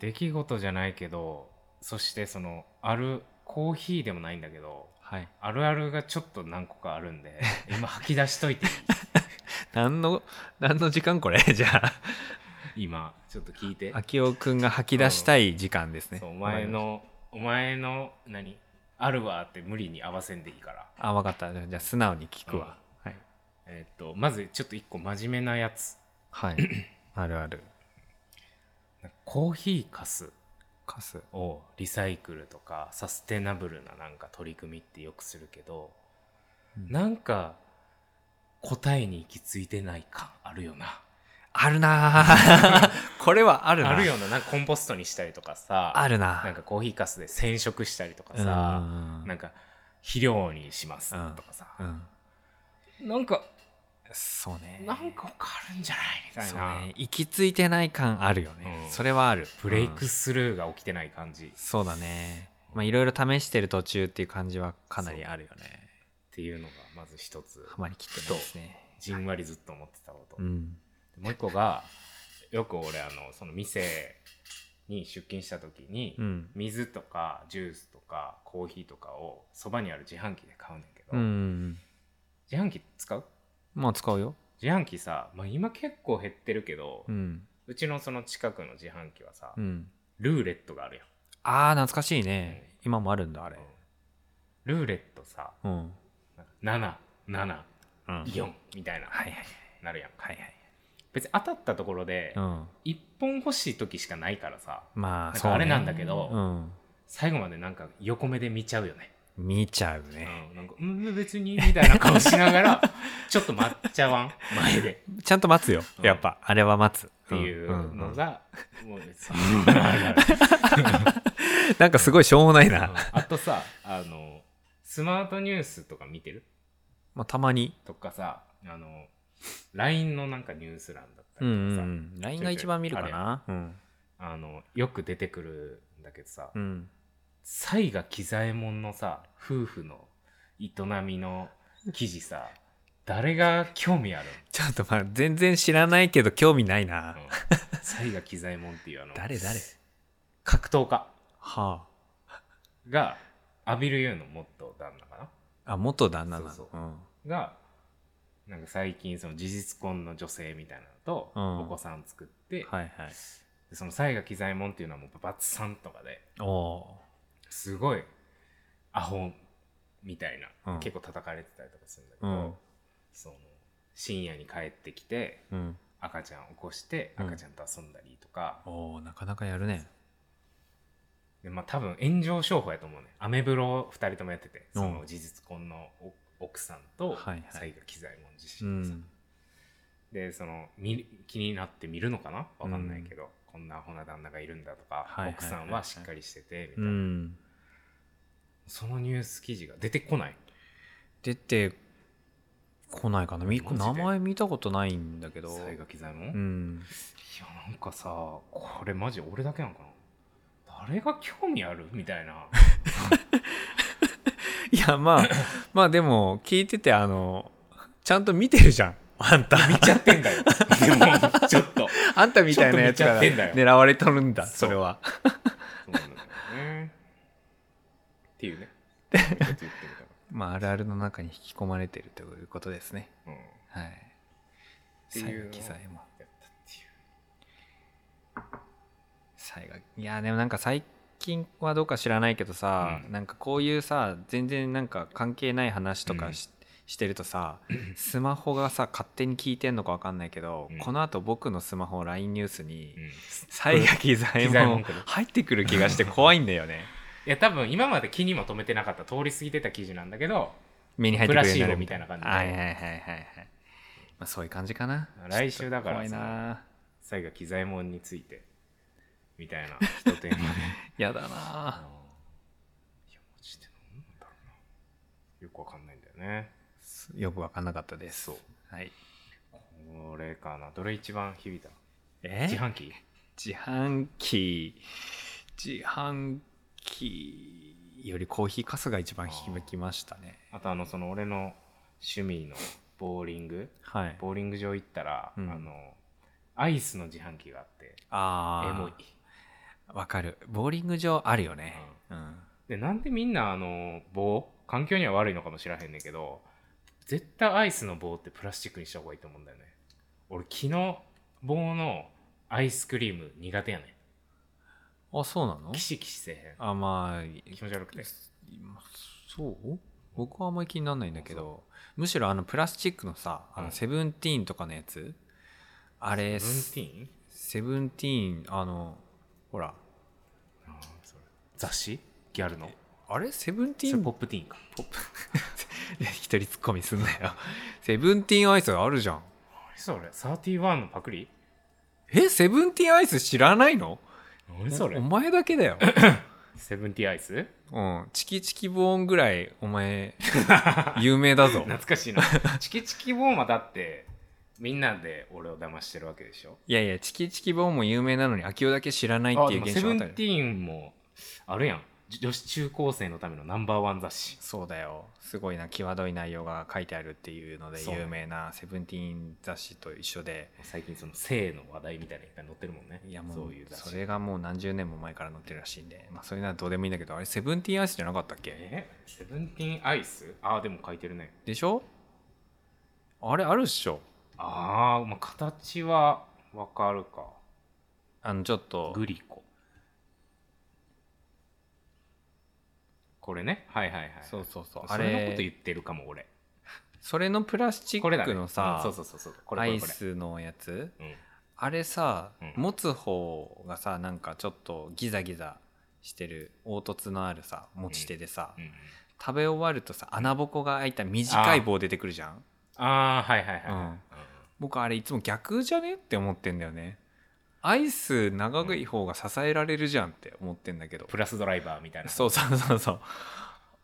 [SPEAKER 1] 出来事じゃないけどそしてそのあるコーヒーでもないんだけど
[SPEAKER 2] はい
[SPEAKER 1] あるあるがちょっと何個かあるん で今吐き出しといていい
[SPEAKER 2] 何の何の時間これ じゃあ
[SPEAKER 1] 今ちょっと聞いて
[SPEAKER 2] あきおくんが吐き出したい時間ですね
[SPEAKER 1] そうお前のお前の何あるわって無理に合わせんでいいから
[SPEAKER 2] あわかったじゃあ素直に聞くわ、はい、
[SPEAKER 1] えーっとまずちょっと一個真面目なやつ
[SPEAKER 2] はい、あるある
[SPEAKER 1] コーヒーかす
[SPEAKER 2] カス
[SPEAKER 1] をリサイクルとかサステナブルななんか取り組みってよくするけど、
[SPEAKER 2] うん
[SPEAKER 1] なんか答えに行き着いてない感あるよな
[SPEAKER 2] あるな ーこれはあるな
[SPEAKER 1] あるよななんかコンポストにしたりとかさ
[SPEAKER 2] あるな
[SPEAKER 1] なんかコーヒーかすで染色したりとか
[SPEAKER 2] う
[SPEAKER 1] さ、
[SPEAKER 2] ん
[SPEAKER 1] なんか肥料にしますとかさ、
[SPEAKER 2] うん
[SPEAKER 1] なんか
[SPEAKER 2] そうね
[SPEAKER 1] なんか他あるんじゃないみたい
[SPEAKER 2] そう
[SPEAKER 1] な、
[SPEAKER 2] ね行き着いてない感あるよね、
[SPEAKER 1] うん
[SPEAKER 2] それはある
[SPEAKER 1] ブレイク
[SPEAKER 2] うん
[SPEAKER 1] スルーが起きてない感じっ
[SPEAKER 2] そうだねまあいろいろ試してる途中っていう感じはかなりあるよね
[SPEAKER 1] ていうのがまず一つ
[SPEAKER 2] ハマりきってないですね
[SPEAKER 1] じんわりずっと思ってたこと、
[SPEAKER 2] うん
[SPEAKER 1] もう一個がよく俺あのその店に出勤した時に、
[SPEAKER 2] うん
[SPEAKER 1] 水とかジュースとかコーヒーとかをそばにある自販機で買うねんけど、
[SPEAKER 2] うん
[SPEAKER 1] 自販機使う
[SPEAKER 2] まあ使うよ
[SPEAKER 1] 自販機さ、まあ、今結構減ってるけど、
[SPEAKER 2] う
[SPEAKER 1] うんちのその近くの自販機はさ、
[SPEAKER 2] うん
[SPEAKER 1] ルーレットがあるやん
[SPEAKER 2] あー懐かしいね今もあるんだあれ
[SPEAKER 1] ルーレットさ
[SPEAKER 2] うん
[SPEAKER 1] 77
[SPEAKER 2] うんはい
[SPEAKER 1] イオンみたいな、
[SPEAKER 2] はい
[SPEAKER 1] なるやん
[SPEAKER 2] はいはい
[SPEAKER 1] 別に当たったところで
[SPEAKER 2] うん
[SPEAKER 1] 1本欲しい時しかないからさ
[SPEAKER 2] ま
[SPEAKER 1] なん
[SPEAKER 2] あ
[SPEAKER 1] か
[SPEAKER 2] そうね
[SPEAKER 1] あれなんだけど
[SPEAKER 2] うん
[SPEAKER 1] 最後までなんか横目で見ちゃうよね、
[SPEAKER 2] 見ちゃうね
[SPEAKER 1] うん、なんかうん別にみたいな顔しながら ちょっと待っちゃわん前で
[SPEAKER 2] ちゃんと待つよ
[SPEAKER 1] うん
[SPEAKER 2] やっぱあれは待つっ
[SPEAKER 1] っていうのがもう別 に
[SPEAKER 2] なんかすごいしょうもないな、
[SPEAKER 1] あとさあのスマートニュースとか見てる
[SPEAKER 2] まあ、たまに
[SPEAKER 1] とかさあの LINE のなんかニュース欄だった
[SPEAKER 2] う
[SPEAKER 1] り
[SPEAKER 2] ん
[SPEAKER 1] と
[SPEAKER 2] う
[SPEAKER 1] かさ、
[SPEAKER 2] んうん LINE が一番見るかなうん
[SPEAKER 1] あのよく出てくるんだけどさ、
[SPEAKER 2] うん
[SPEAKER 1] サイが喜左衛門のさ夫婦の営みの記事さ誰が興味ある
[SPEAKER 2] ちょっとまあ全然知らないけど興味ないな、
[SPEAKER 1] の、サイが喜左衛門っていうあの
[SPEAKER 2] 誰誰
[SPEAKER 1] 格闘家
[SPEAKER 2] は
[SPEAKER 1] がアビル・ユーの元旦那か
[SPEAKER 2] ああ元旦那なの
[SPEAKER 1] そう
[SPEAKER 2] うん
[SPEAKER 1] ながなんか最近その事実婚の女性みたいなのと
[SPEAKER 2] うん
[SPEAKER 1] お子さん作って、
[SPEAKER 2] はいはい
[SPEAKER 1] でその西垣左衛門っていうのはもうバツさんとかで
[SPEAKER 2] おお
[SPEAKER 1] すごいアホみたいな、
[SPEAKER 2] うん
[SPEAKER 1] 結構叩かれてたりとかするんだけ
[SPEAKER 2] う
[SPEAKER 1] ど、
[SPEAKER 2] ん
[SPEAKER 1] その深夜に帰ってきて
[SPEAKER 2] うん
[SPEAKER 1] 赤ちゃん起こして
[SPEAKER 2] うん
[SPEAKER 1] 赤ちゃんと遊んだりとか、
[SPEAKER 2] おおなかなかやるね
[SPEAKER 1] でまあ、多分炎上商法やと思うねアメブロを2人ともやってて
[SPEAKER 2] うん
[SPEAKER 1] その事実婚のお奥さんと
[SPEAKER 2] はいは
[SPEAKER 1] 西
[SPEAKER 2] い
[SPEAKER 1] 垣左衛門自
[SPEAKER 2] う
[SPEAKER 1] 身さ、
[SPEAKER 2] ん
[SPEAKER 1] でその見気になって見るのかなわかんないけど、こんなアホな旦那がいるんだとか、
[SPEAKER 2] はいはいはい
[SPEAKER 1] 奥さんはしっかりしててみた
[SPEAKER 2] う
[SPEAKER 1] いな、
[SPEAKER 2] ん
[SPEAKER 1] そのニュース記事が出てこない
[SPEAKER 2] 出てこないかなみ
[SPEAKER 1] マジで
[SPEAKER 2] 名前見たことないんだけど
[SPEAKER 1] 西垣左衛門、
[SPEAKER 2] う
[SPEAKER 1] い
[SPEAKER 2] ん
[SPEAKER 1] やなんかさこれマジ俺だけなんかな誰が興味あるみたい な
[SPEAKER 2] いやまあまあでも聞いててあのちゃんと見てるじゃんあんた
[SPEAKER 1] 見ちゃってんだよでもちょっと
[SPEAKER 2] あんたみたいなやつから
[SPEAKER 1] ちょっと見ちゃってんだ
[SPEAKER 2] 狙われとるんだ
[SPEAKER 1] そ
[SPEAKER 2] そうれは
[SPEAKER 1] そうなんだよね。っていうね。ちょっと言ってみ
[SPEAKER 2] まああるあるの中に引き込まれてるということですね
[SPEAKER 1] たら。うん。っ
[SPEAKER 2] はい
[SPEAKER 1] ていうのを
[SPEAKER 2] 西垣左衛門
[SPEAKER 1] やったっていう
[SPEAKER 2] 最後いやでもなんか最近はどうか知らないけどさ、
[SPEAKER 1] うん
[SPEAKER 2] なんかこういうさ全然なんか関係ない話とかし,、してるとさスマホがさ勝手に聞いてんのかわかんないけど、
[SPEAKER 1] うん
[SPEAKER 2] このあと僕のスマホ LINE ニュースに
[SPEAKER 1] うん。い
[SPEAKER 2] 西垣左衛
[SPEAKER 1] 左衛門
[SPEAKER 2] 門入ってくる気がして怖いんだよね
[SPEAKER 1] や、多分今まで気にも留めてなかった、通り過ぎてた記事なんだけど、
[SPEAKER 2] 目に入ってくるようにな
[SPEAKER 1] プラシー
[SPEAKER 2] る
[SPEAKER 1] ボみたいな感じで
[SPEAKER 2] はいはいはいはいはい、まあ、そういう感じかな
[SPEAKER 1] 来週だから
[SPEAKER 2] ちょっと怖いな
[SPEAKER 1] 最後、機左衛門について、みたいな、一テーマで。
[SPEAKER 2] やだ
[SPEAKER 1] あ
[SPEAKER 2] な
[SPEAKER 1] のいや、マジでなんだろうな。よくわかんないんだよね。
[SPEAKER 2] よくわかんなかったです
[SPEAKER 1] そう
[SPEAKER 2] はい
[SPEAKER 1] これかな。どれ一番響いた
[SPEAKER 2] え
[SPEAKER 1] 自販機
[SPEAKER 2] 自販機自販機よりコーヒーかすが一番響きましたね
[SPEAKER 1] あと、あの、その、俺の趣味のボーリング。
[SPEAKER 2] はい
[SPEAKER 1] ボーリング場行ったら、
[SPEAKER 2] うん
[SPEAKER 1] あのアイスの自販機があってエモ
[SPEAKER 2] あ
[SPEAKER 1] い
[SPEAKER 2] あわかるボーリング場あるよねうん
[SPEAKER 1] でなんでみんなあの棒環境には悪いのかもしらへんねんけど絶対アイスの棒ってプラスチックにした方がいいと思うんだよね俺木の棒のアイスクリーム苦手やね
[SPEAKER 2] あそうなの
[SPEAKER 1] んキシキシせえ
[SPEAKER 2] あまあ
[SPEAKER 1] へん気持ち悪くて
[SPEAKER 2] そう僕はあんまり気にならないんだけどむしろあのプラスチックのさあ
[SPEAKER 1] うん
[SPEAKER 2] のセブンティーンとかのやつあれ
[SPEAKER 1] セブンティーン
[SPEAKER 2] セブンティーンあのほら
[SPEAKER 1] あーそれ雑誌ギャルの
[SPEAKER 2] あれセブンティ
[SPEAKER 1] そ
[SPEAKER 2] ー
[SPEAKER 1] れ
[SPEAKER 2] ン
[SPEAKER 1] ポップティーンか
[SPEAKER 2] ポップ一人ツッコミすんなよセブンティーンアイスあるじゃん
[SPEAKER 1] 何それ31のパクリ
[SPEAKER 2] えセブンティーンアイス知らないの
[SPEAKER 1] 何それ
[SPEAKER 2] お前だけだよ
[SPEAKER 1] セブンティーンアイス
[SPEAKER 2] うんチキチキボーンぐらいお 前有名だぞ
[SPEAKER 1] 懐かしいな チキチキボーマだってみんなで俺を騙してるわけでしょ
[SPEAKER 2] いやいやチキチキボーンも有名なのに秋代だけ知らない
[SPEAKER 1] あ
[SPEAKER 2] って
[SPEAKER 1] でも
[SPEAKER 2] いう現
[SPEAKER 1] セ
[SPEAKER 2] 象
[SPEAKER 1] ブ
[SPEAKER 2] あっ
[SPEAKER 1] ン
[SPEAKER 2] た
[SPEAKER 1] テ
[SPEAKER 2] よ
[SPEAKER 1] ィーンもあるやんじ女子中高生のためのナンバーワン雑誌
[SPEAKER 2] そうだよすごいな際どい内容が書いてあるっていうので
[SPEAKER 1] そう
[SPEAKER 2] 有名なセブンティーン雑誌と一緒で
[SPEAKER 1] 最近その性の話題みたいなのいっぱい載ってるもんね
[SPEAKER 2] いやもう
[SPEAKER 1] そういう雑誌
[SPEAKER 2] それがもう何十年も前から載ってるらしいんで、まあ、それならどうでもいいんだけどあれセブンティーンアイスじゃなかったっけ
[SPEAKER 1] えセブンティーンアイスあでも書いてるね
[SPEAKER 2] でしょあれあるっしょ
[SPEAKER 1] あー、まあ形はわかるか
[SPEAKER 2] あのちょっと
[SPEAKER 1] グリコこれねはいはいはい
[SPEAKER 2] そうそうそう
[SPEAKER 1] あ
[SPEAKER 2] あ
[SPEAKER 1] れそれのこと言
[SPEAKER 2] れ
[SPEAKER 1] ってるかも俺
[SPEAKER 2] それのプラスチ
[SPEAKER 1] これ
[SPEAKER 2] ッ
[SPEAKER 1] だ、ね、
[SPEAKER 2] クのさ、
[SPEAKER 1] うんそうそうそうそうこれこ
[SPEAKER 2] ア
[SPEAKER 1] れ
[SPEAKER 2] イ
[SPEAKER 1] これ
[SPEAKER 2] スのやつ
[SPEAKER 1] うん
[SPEAKER 2] あれさ、
[SPEAKER 1] うん
[SPEAKER 2] 持つ方がさなんかちょっとギザギザしてる凹凸のあるさ持ち手でさ、
[SPEAKER 1] うん
[SPEAKER 2] 食べ終わるとさ穴ぼこが開いた短い棒出てくるじゃん
[SPEAKER 1] ああはいはいはい、
[SPEAKER 2] うん僕あれいつも逆じゃねって思ってんだよねアイス長い方が支えられるじゃんって思ってんだけど
[SPEAKER 1] プラスドライバーみたいな
[SPEAKER 2] そうそうそうそう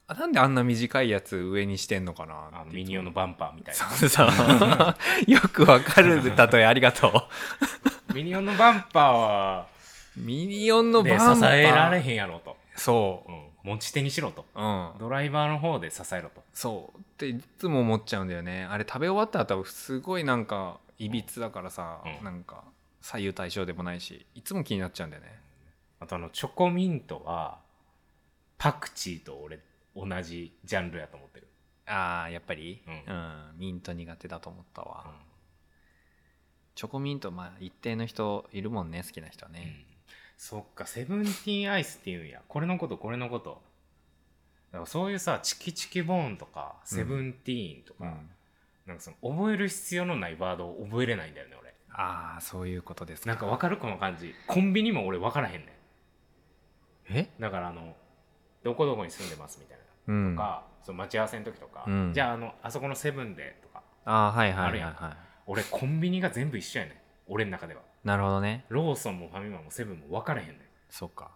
[SPEAKER 2] あなんであんな短いやつ上にしてんのかな
[SPEAKER 1] あ
[SPEAKER 2] っ
[SPEAKER 1] の
[SPEAKER 2] て
[SPEAKER 1] ミニオンのバンパーみたい
[SPEAKER 2] そうそうよくわかる例えありがと
[SPEAKER 1] なミニオンのバンパーは、
[SPEAKER 2] うミニオンの
[SPEAKER 1] ね、
[SPEAKER 2] バン
[SPEAKER 1] 支
[SPEAKER 2] パー
[SPEAKER 1] えられへんやろと、
[SPEAKER 2] そ
[SPEAKER 1] うん、持ち手にしろと
[SPEAKER 2] ううん
[SPEAKER 1] ドライバーの方で支えろと
[SPEAKER 2] そうっていつも思っちゃうんだよねあれ食べ終わった後はすごいなんかいびつだからさ、
[SPEAKER 1] うん
[SPEAKER 2] なんか左右対称でもないしいつも気になっちゃうんだよね
[SPEAKER 1] あとあのチョコミントはパクチーと俺同じジャンルやと思ってる、
[SPEAKER 2] あーやっぱり
[SPEAKER 1] う
[SPEAKER 2] うんん、ミント苦手だと思ったわ、
[SPEAKER 1] うん
[SPEAKER 2] チョコミントまあ一定の人いるもんね好きな人
[SPEAKER 1] う
[SPEAKER 2] ね、
[SPEAKER 1] んそっかセブンティーンアイスっていうんやこれのことこれのことだからそういうさチキチキボーンとかセブンティーンとか、
[SPEAKER 2] うん
[SPEAKER 1] なんかその覚える必要のないワードを覚えれないんだよね俺
[SPEAKER 2] ああそういうことですか
[SPEAKER 1] なんかわかるこの感じコンビニも俺分からへんね
[SPEAKER 2] え
[SPEAKER 1] んだからあのどこどこに住んでますみたいな
[SPEAKER 2] うん
[SPEAKER 1] とか、その待ち合わせの時とか、
[SPEAKER 2] うん
[SPEAKER 1] じゃああのあそこのセブンでとか
[SPEAKER 2] ああはいはい
[SPEAKER 1] あ
[SPEAKER 2] は
[SPEAKER 1] る
[SPEAKER 2] い
[SPEAKER 1] や
[SPEAKER 2] は
[SPEAKER 1] 俺コンビニが全部一緒やねん俺の中ではい
[SPEAKER 2] なるほどね
[SPEAKER 1] ローソンもファミマもセブンも分からへんねん
[SPEAKER 2] そうか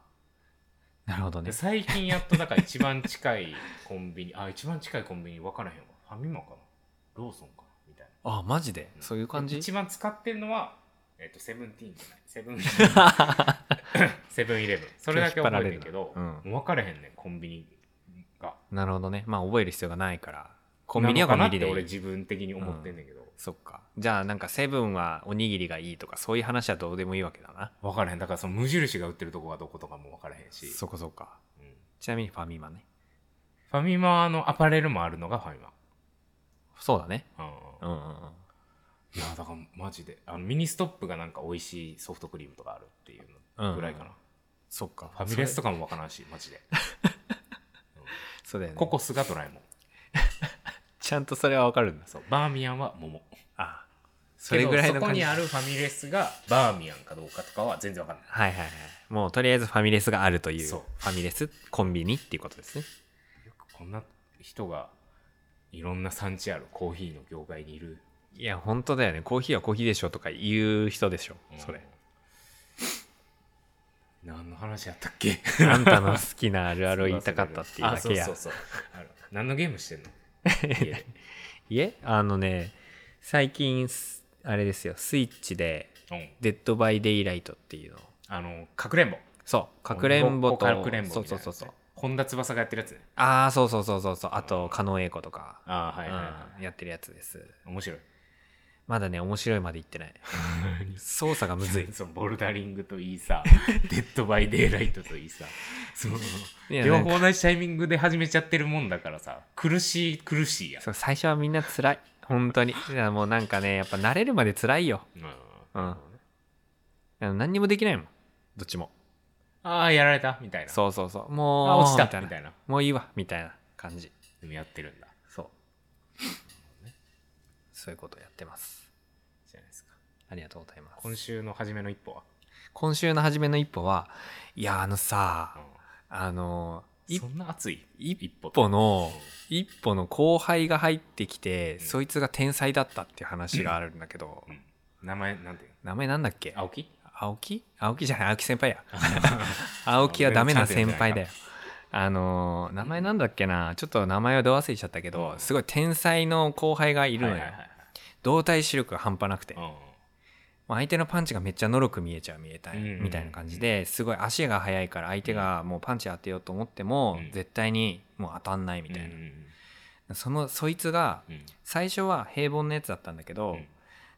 [SPEAKER 2] なるほどね
[SPEAKER 1] で最近やっとだから一番近いコンビニあ一番近いコンビニ分からへんわファミマかなローソンかなみたい
[SPEAKER 2] あマジで
[SPEAKER 1] な
[SPEAKER 2] そういう感じ
[SPEAKER 1] 一番使ってるのはえっ、とセブンティーンじゃないセブン セブンイレブンそれだけ覚えてるけど、
[SPEAKER 2] うん
[SPEAKER 1] もう分からへんねんコンビニが
[SPEAKER 2] なるほどねまあ覚える必要がないからコンビニはコ
[SPEAKER 1] なの
[SPEAKER 2] ン
[SPEAKER 1] かな
[SPEAKER 2] ビ
[SPEAKER 1] って
[SPEAKER 2] ニで
[SPEAKER 1] 俺
[SPEAKER 2] いい
[SPEAKER 1] 自分的に思ってんねんけど、
[SPEAKER 2] そっかじゃあなんかセブンはおにぎりがいいとかそういう話はどうでもいいわけだな
[SPEAKER 1] 分からへんだからその無印が売ってるとこはどことかも分からへんし、
[SPEAKER 2] そこそこか
[SPEAKER 1] うん
[SPEAKER 2] ちなみにファミマね
[SPEAKER 1] ファミマのアパレルもあるのがファミマ
[SPEAKER 2] そうだね
[SPEAKER 1] うんうん
[SPEAKER 2] うんうんうん
[SPEAKER 1] いやだからマジであのミニストップがなんか美味しいソフトクリームとかあるっていうのぐらいかな、
[SPEAKER 2] そっか
[SPEAKER 1] ファミレスとかもわからんしマ ジで
[SPEAKER 2] そうだよね
[SPEAKER 1] ココスがドラえもん
[SPEAKER 2] ちゃんとそれはわかるんだ
[SPEAKER 1] そうバーミヤンは桃
[SPEAKER 2] あそれぐらいの
[SPEAKER 1] けどそこ
[SPEAKER 2] 感じ
[SPEAKER 1] にあ
[SPEAKER 2] はい
[SPEAKER 1] るファミレスがバーミヤンかどうかとかは全然わかんない
[SPEAKER 2] はいはいもうとりあえずファミレスがあるという
[SPEAKER 1] そう
[SPEAKER 2] ファミレスコンビニっていうことですね
[SPEAKER 1] よくこんな人がいろんな産地あるコーヒーの業界にいる、
[SPEAKER 2] いや本当だよねコーヒーはコーヒーでしょとか言う人でしょ
[SPEAKER 1] うん
[SPEAKER 2] それ
[SPEAKER 1] 何の話やったっけ
[SPEAKER 2] あんたの好きなあるあるを言いたかったっていうだけや
[SPEAKER 1] あそうそうそうある何のゲームしてんの家で
[SPEAKER 2] いえあのね最近すあれですよスイッチで
[SPEAKER 1] うん
[SPEAKER 2] 「デッド・バイ・デイ・ライト」っていうのを
[SPEAKER 1] あのかくれんぼ
[SPEAKER 2] そうかくれんぼと
[SPEAKER 1] かくれんぼ
[SPEAKER 2] そ
[SPEAKER 1] み
[SPEAKER 2] う
[SPEAKER 1] たい
[SPEAKER 2] そ
[SPEAKER 1] うな
[SPEAKER 2] そうそう
[SPEAKER 1] 本田翼がやってるやつね
[SPEAKER 2] ああそうそうそうそうそうあと狩野英孝とか、
[SPEAKER 1] ああはいはい、
[SPEAKER 2] うんやってるやつです
[SPEAKER 1] 面 白い
[SPEAKER 2] まだね面白いまでいってない操作がむずい
[SPEAKER 1] そのボルダリングといい さデッドバイデイライトといいさその
[SPEAKER 2] い や
[SPEAKER 1] 両
[SPEAKER 2] なん
[SPEAKER 1] 方同じタイミングで始めちゃってるもんだからさ苦しい苦しいやん
[SPEAKER 2] そう最初はみんな辛い本当にいやもうなんかねやっぱ慣れるまで辛いよ
[SPEAKER 1] うん
[SPEAKER 2] うんあの何にもできないもんどっちも
[SPEAKER 1] ああやられたみたいな
[SPEAKER 2] そうそうそうもう
[SPEAKER 1] あ落ちた
[SPEAKER 2] みたい
[SPEAKER 1] み
[SPEAKER 2] な
[SPEAKER 1] たいな
[SPEAKER 2] もういいわみたいな感じ
[SPEAKER 1] でもやってるんだ
[SPEAKER 2] そうそういうことやってます
[SPEAKER 1] じゃないですか
[SPEAKER 2] ありがとうございます
[SPEAKER 1] 今週の初めの一歩は、
[SPEAKER 2] 今週の初めの一歩はいやあのさ
[SPEAKER 1] う
[SPEAKER 2] あの
[SPEAKER 1] ん
[SPEAKER 2] 一
[SPEAKER 1] そんな熱い
[SPEAKER 2] 一
[SPEAKER 1] 歩
[SPEAKER 2] 歩の一歩の後輩が入ってきて、そいつが天才だったっていう話があるんだけど、
[SPEAKER 1] うん名前なんていう
[SPEAKER 2] 名前なんだっけ
[SPEAKER 1] の青木
[SPEAKER 2] 青木青木じゃない青木先輩 や青木はダメな先輩だよあのー名前なんだっけなちょっと名前はど忘れしちゃったけど、
[SPEAKER 1] うん
[SPEAKER 2] すごい天才の後輩がいるのよ、
[SPEAKER 1] はいはいはい
[SPEAKER 2] 動体視力が半端なくて、
[SPEAKER 1] はい
[SPEAKER 2] まあ相手のパンチがめっちゃのろく見えちゃう見えたい、
[SPEAKER 1] うん
[SPEAKER 2] みたいな感じですごい足が速いから相手がもうパンチ当てようと思っても、
[SPEAKER 1] うん
[SPEAKER 2] 絶対にもう当たんないみ
[SPEAKER 1] うん
[SPEAKER 2] たいな、
[SPEAKER 1] うん
[SPEAKER 2] そのそいつが
[SPEAKER 1] うん
[SPEAKER 2] 最初は平凡なやつだったんだけど、
[SPEAKER 1] うん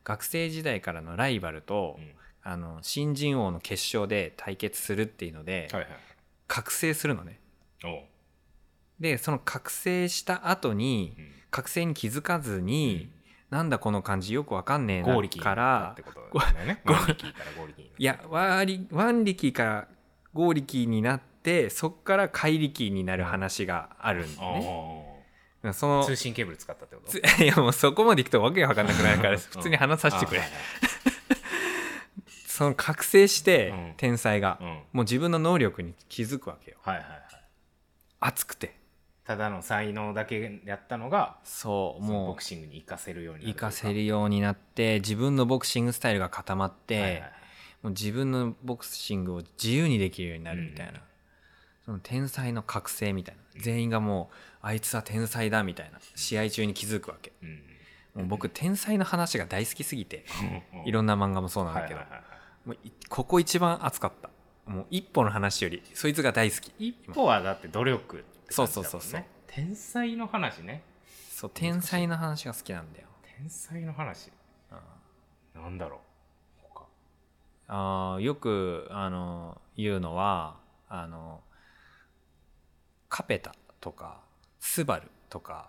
[SPEAKER 2] 学生時代からのライバルと、
[SPEAKER 1] うん
[SPEAKER 2] あの新人王の決勝で対決するっていうので、
[SPEAKER 1] はいはい
[SPEAKER 2] 覚醒するのね
[SPEAKER 1] おう
[SPEAKER 2] でその覚醒した後に、
[SPEAKER 1] うん
[SPEAKER 2] 覚醒に気づかずに、なんだこの感じよくわかんねえ
[SPEAKER 1] ゴー
[SPEAKER 2] な
[SPEAKER 1] リキー
[SPEAKER 2] から
[SPEAKER 1] ってことだよね。ゴ
[SPEAKER 2] ゴ
[SPEAKER 1] ーリキーからゴーリキーになった
[SPEAKER 2] いや、ワーリワン力から合力になってそっから怪力になる話があるんだよね。そ
[SPEAKER 1] おー
[SPEAKER 2] の
[SPEAKER 1] 通信ケーブル使ったってこと
[SPEAKER 2] つ いやもうそこまでいくとわけがわかんなくな るから普通に話させてくれ
[SPEAKER 1] あはい。
[SPEAKER 2] その覚醒し
[SPEAKER 1] うん
[SPEAKER 2] て天才が、
[SPEAKER 1] はいうん
[SPEAKER 2] もう自分の能力に気づくわけよ
[SPEAKER 1] はいはいはい。
[SPEAKER 2] 熱くて
[SPEAKER 1] ただの才能だけやったのが、
[SPEAKER 2] そう
[SPEAKER 1] そのボ
[SPEAKER 2] も
[SPEAKER 1] クシングに活かせるよう
[SPEAKER 2] う
[SPEAKER 1] になるとい
[SPEAKER 2] 活
[SPEAKER 1] う
[SPEAKER 2] かせるようになって自分のボクシングスタイルが固まって、
[SPEAKER 1] はいはい
[SPEAKER 2] もう自分のボクシングを自由にできるようになるみたいな、
[SPEAKER 1] うん
[SPEAKER 2] その天才の覚醒みたいな全員がもうあいつは天才だみたいな試合中に気づくわけ
[SPEAKER 1] うん
[SPEAKER 2] もう僕天才の話が大好きすぎて
[SPEAKER 1] うん
[SPEAKER 2] いろんな漫画もそうなんだけど、
[SPEAKER 1] はいはいはいは
[SPEAKER 2] もういここ一番熱かったもう一歩の話よりそいつが大好き
[SPEAKER 1] い一歩はだって努力って感じだもんね
[SPEAKER 2] そうそうそうそう
[SPEAKER 1] 天才の話ね。
[SPEAKER 2] そう天才の話が好きなんだよ、
[SPEAKER 1] 天才の話。
[SPEAKER 2] うん
[SPEAKER 1] なんだろう。他
[SPEAKER 2] あーよくあの言うのはあのカペタとかスバルとか